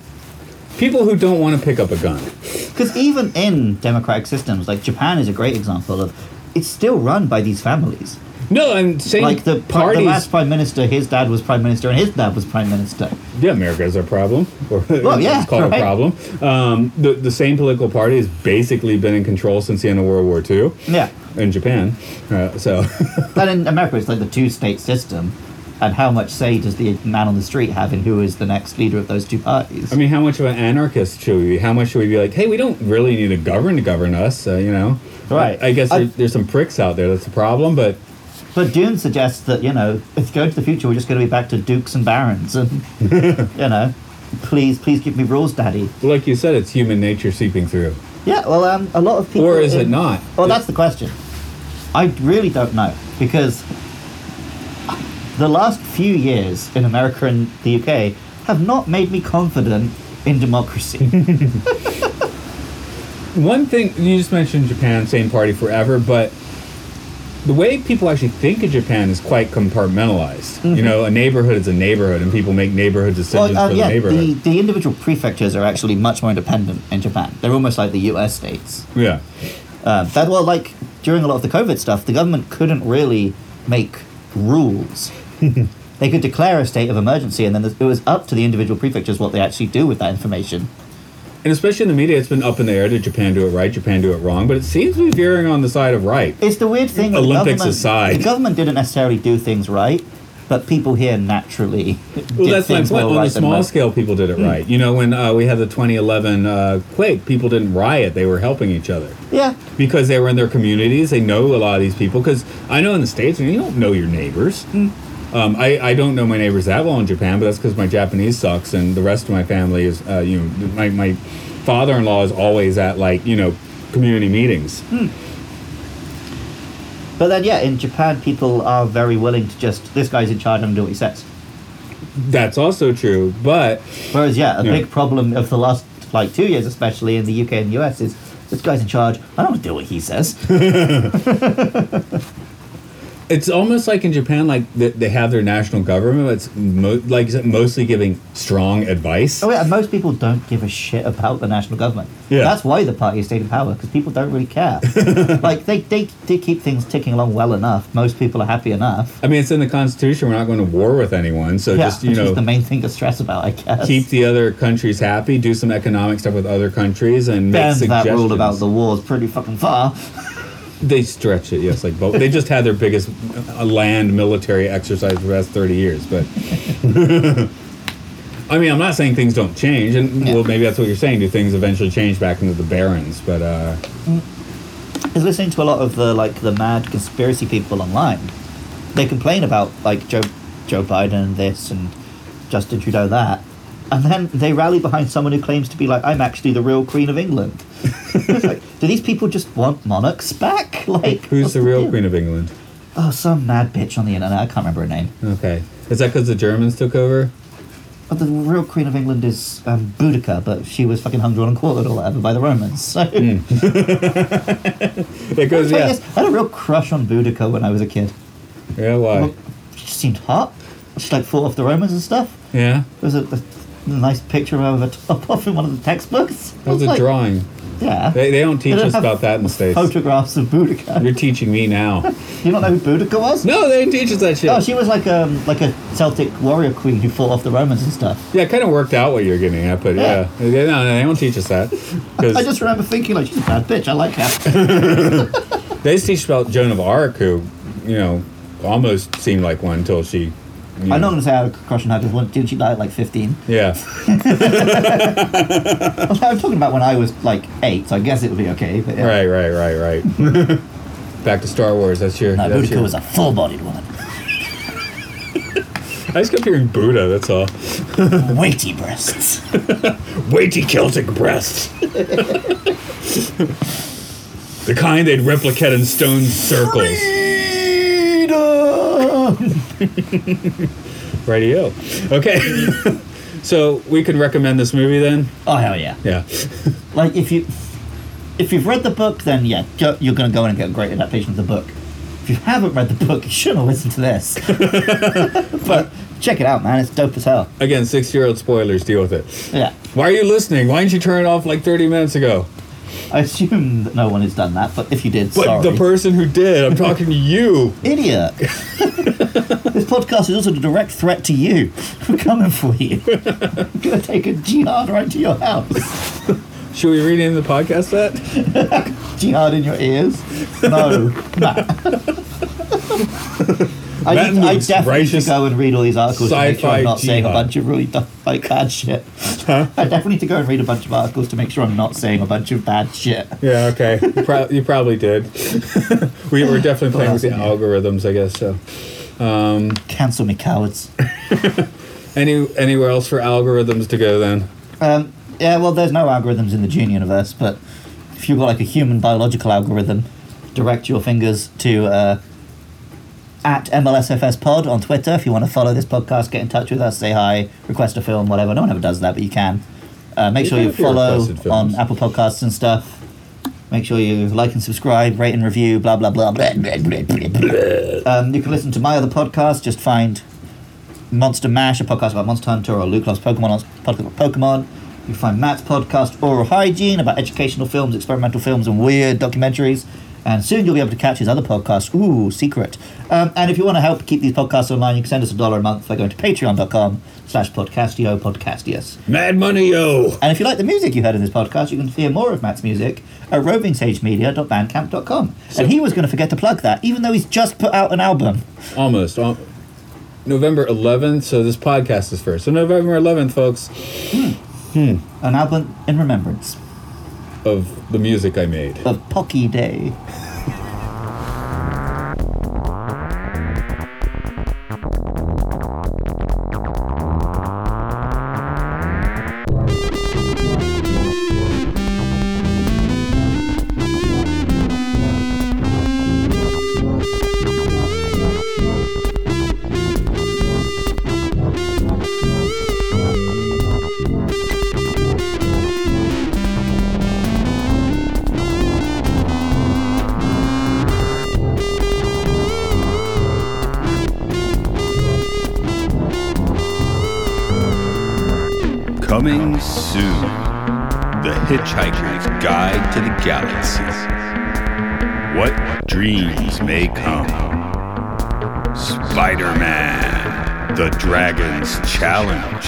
Speaker 4: people who don't want to pick up a gun.
Speaker 5: Because even in democratic systems, like Japan is a great example of, it's still run by these families.
Speaker 4: No, I'm saying
Speaker 5: Like the,
Speaker 4: parties.
Speaker 5: the last prime minister, his dad was prime minister, and his dad was prime minister.
Speaker 4: Yeah, America is our problem. Or
Speaker 5: Well, yeah,
Speaker 4: it's called
Speaker 5: right.
Speaker 4: a problem. Um, the, the same political party has basically been in control since the end of World War II
Speaker 5: Yeah.
Speaker 4: in Japan. Uh, so,
Speaker 5: But in America, it's like the two-state system, and how much say does the man on the street have in who is the next leader of those two parties?
Speaker 4: I mean, how much of an anarchist should we be? How much should we be like, hey, we don't really need a govern to govern us, uh, you know?
Speaker 5: Right.
Speaker 4: I, I guess
Speaker 5: I-
Speaker 4: there, there's some pricks out there. That's the problem, but
Speaker 5: But Dune suggests that, you know, if you go into the future, we're just going to be back to dukes and barons and, you know, please, please give me rules, daddy.
Speaker 4: like you said, it's human nature seeping through.
Speaker 5: Yeah, well, um, a lot of people.
Speaker 4: Or is
Speaker 5: in-
Speaker 4: it not?
Speaker 5: Well, that's the question. I really don't know because the last few years in America and the UK have not made me confident in democracy.
Speaker 4: One thing you just mentioned Japan, same party forever, but the way people actually think of Japan is quite compartmentalized. You know, a neighborhood is a neighborhood, and people make neighborhood decisions
Speaker 5: Mm-hmm. well, um,
Speaker 4: for the
Speaker 5: yeah, the,
Speaker 4: neighborhood.
Speaker 5: the individual prefectures are actually much more independent in Japan. They're almost like the US states.
Speaker 4: yeah,
Speaker 5: Um, that well, like during a lot of the COVID stuff, the government couldn't really make rules. they could declare a state of emergency, and then it was up to the individual prefectures what they actually do with that information.
Speaker 4: and especially in the media, it's been up in the air. Did Japan do it right? Japan do it wrong? But it seems to be veering on the side of right.
Speaker 5: It's the weird thing. that the
Speaker 4: Olympics
Speaker 5: government-
Speaker 4: aside.
Speaker 5: the government didn't necessarily do things right, but people here naturally.
Speaker 4: Well,
Speaker 5: did
Speaker 4: that's my
Speaker 5: things
Speaker 4: point.
Speaker 5: more
Speaker 4: On
Speaker 5: right Hmm.
Speaker 4: a
Speaker 5: than
Speaker 4: small
Speaker 5: most.
Speaker 4: scale, people did it right. You know, when uh, we had the 2011 uh, quake, people didn't riot; they were helping each other.
Speaker 5: Yeah,
Speaker 4: because they were in their communities. They know a lot of these people. Because I know in the states, you don't know your neighbors.
Speaker 5: Mm.
Speaker 4: Um, I, I don't know my neighbors that well in Japan, but that's because my Japanese sucks, and the rest of my family is, uh, you know, my, my father in law is always at like you know community meetings.
Speaker 5: Hmm. But then, yeah, in Japan, people are very willing to just this guy's in charge. I'm gonna do what he says.
Speaker 4: That's also true, but
Speaker 5: Whereas, yeah, a
Speaker 4: Yeah.
Speaker 5: big problem of the last like two years, especially in the UK and US, is this guy's in charge. I don't want to do what he says.
Speaker 4: it's almost like in Japan, like th- they have their national government. But it's mo- like is it mostly giving strong advice.
Speaker 5: oh yeah, and most people don't give a shit about the national government.
Speaker 4: Yeah.
Speaker 5: that's why the party stayed in power because people don't really care. like they, they they keep things ticking along well enough. Most people are happy enough.
Speaker 4: I mean, it's in the Constitution. We're not going to war with anyone, so
Speaker 5: yeah,
Speaker 4: just you
Speaker 5: which
Speaker 4: know,
Speaker 5: is the main thing to stress about, I guess.
Speaker 4: keep the other countries happy, do some economic stuff with other countries, and make
Speaker 5: Bend that
Speaker 4: suggestions.
Speaker 5: rule about the wars pretty fucking far.
Speaker 4: They stretch it, yes. Like, but they just had their biggest uh, land military exercise for the last thirty years. But I mean, I'm not saying things don't change, and well, maybe that's what you're saying. Do things eventually change back into the barons? But uh,
Speaker 5: I was listening to a lot of the like the mad conspiracy people online. They complain about like Joe Joe Biden and this and Justin Trudeau that, and then they rally behind someone who claims to be like I'm actually the real Queen of England. It's like, do these people just want monarchs back? Like
Speaker 4: who's
Speaker 5: what's
Speaker 4: the real
Speaker 5: deal?
Speaker 4: Queen of England?
Speaker 5: Oh, some mad bitch on the internet. I can't remember her name.
Speaker 4: Okay, is that because the Germans took over?
Speaker 5: But the real Queen of England is um, Boudica, but she was fucking hung, drawn, and quartered or whatever by the Romans. So.
Speaker 4: It goes,
Speaker 5: So I,
Speaker 4: Mm. yeah,
Speaker 5: guess I had a real crush on Boudica when I was a kid.
Speaker 4: yeah, why?
Speaker 5: She just seemed hot. She like fought off the Romans and stuff.
Speaker 4: Yeah,
Speaker 5: There was a, a nice picture of her with a top off in one of the textbooks.
Speaker 4: that was a
Speaker 5: like,
Speaker 4: drawing.
Speaker 5: Yeah.
Speaker 4: They, they don't teach
Speaker 5: don't
Speaker 4: us
Speaker 5: have
Speaker 4: about that in the states.
Speaker 5: Photographs of Boudica.
Speaker 4: You're teaching me now.
Speaker 5: You don't know who Boudica was?
Speaker 4: No, they didn't teach us that shit.
Speaker 5: Oh, she was like um like a Celtic warrior queen who fought off the Romans and stuff.
Speaker 4: yeah, it kind of worked out what you're getting at, but yeah. Yeah, No, no, they don't teach us that.
Speaker 5: I
Speaker 4: Because
Speaker 5: just remember thinking like she's a bad bitch. I like her.
Speaker 4: they just teach about Joan of Arc, who, you know, almost seemed like one until she. you
Speaker 5: I'm
Speaker 4: know-
Speaker 5: not gonna say I had a crush on her because didn't she die at like 15?
Speaker 4: Yeah.
Speaker 5: I'm talking about when I was like eight, so I guess it would be okay. But uh, yeah.
Speaker 4: Right, right, right, right. Back to Star Wars. That's your.
Speaker 5: No,
Speaker 4: that's
Speaker 5: Boudica
Speaker 4: your-
Speaker 5: was a full-bodied woman,
Speaker 4: I just kept hearing Buddha, that's all.
Speaker 5: weighty breasts.
Speaker 4: Weighty Celtic breasts. the kind they'd replicate in stone circles. Radio. Okay. so we could recommend this movie then?
Speaker 5: Oh hell yeah!
Speaker 4: Yeah.
Speaker 5: like if you if you've read the book then yeah go, you're going to go in and get a great adaptation of the book if you haven't read the book you shouldn't listen to this but check it out man it's dope as hell
Speaker 4: Again, six year old spoilers, deal with it.
Speaker 5: yeah
Speaker 4: Why are you listening? Why didn't you turn it off like 30 minutes ago?
Speaker 5: i assume that no one has done that but if you did
Speaker 4: But
Speaker 5: sorry
Speaker 4: the person who did, I'm talking to you.
Speaker 5: idiot this podcast is also a direct threat to you we're coming for you i'm going to take a jihad right to your house
Speaker 4: Should we rename the podcast that?
Speaker 5: jihad in your ears no nah. I,
Speaker 4: That
Speaker 5: need, I
Speaker 4: looks
Speaker 5: definitely need
Speaker 4: righteous
Speaker 5: to go and read all these articles to make sure
Speaker 4: sci-fi
Speaker 5: I'm not saying a
Speaker 4: jihad.
Speaker 5: bunch of really dumb, like bad shit. I definitely need to go and read a bunch of articles to make sure I'm not saying a bunch of bad shit.
Speaker 4: Yeah, okay. You, prob- you probably did. we were definitely playing with the algorithms, I guess. So,
Speaker 5: Cancel me, cowards.
Speaker 4: any anywhere else for algorithms to go then?
Speaker 5: Um, yeah, well, there's no algorithms in the Dune universe, but if you've got like a human biological algorithm, direct your fingers to uh, at MLSFS Pod on Twitter if you want to follow this podcast, get in touch with us, say hi, request a film, whatever. No one ever does that, but you can. Uh, make
Speaker 4: You
Speaker 5: sure
Speaker 4: can
Speaker 5: you
Speaker 4: if you
Speaker 5: follow
Speaker 4: requested films.
Speaker 5: on Apple Podcasts and stuff. Make sure you like and subscribe, rate and review, blah, blah, blah, blah, blah, blah, blah, blah. Um, you can listen to my other podcast. Just find Monster Mash, a podcast about Monster Hunter, or Luke Loves Pokemon, on podcast about Pokemon. You can find Matt's podcast, Oral Hygiene, about educational films, experimental films, and weird documentaries. And soon you'll be able to catch his other podcast, Ooh, Secret. Um, and if you want to help keep these podcasts online, you can send us a dollar a month by going to patreon.com slash podcastio podcastius.
Speaker 4: Mad Money Yo!
Speaker 5: And if you like the music you heard in this podcast, you can hear more of Matt's music at rovingsagemedia.bandcamp.com. and he was going to forget to plug that, even though he's just put out an album.
Speaker 4: Almost. al- November 11th, so this podcast is first. So, November 11th, folks,
Speaker 5: An album in remembrance
Speaker 4: of the music I made.
Speaker 5: of Pocky Day.
Speaker 7: Coming soon The Hitchhiker's Guide to the Galaxy.
Speaker 2: What dreams may come.
Speaker 7: Spider Man.
Speaker 2: The Dragon's Challenge.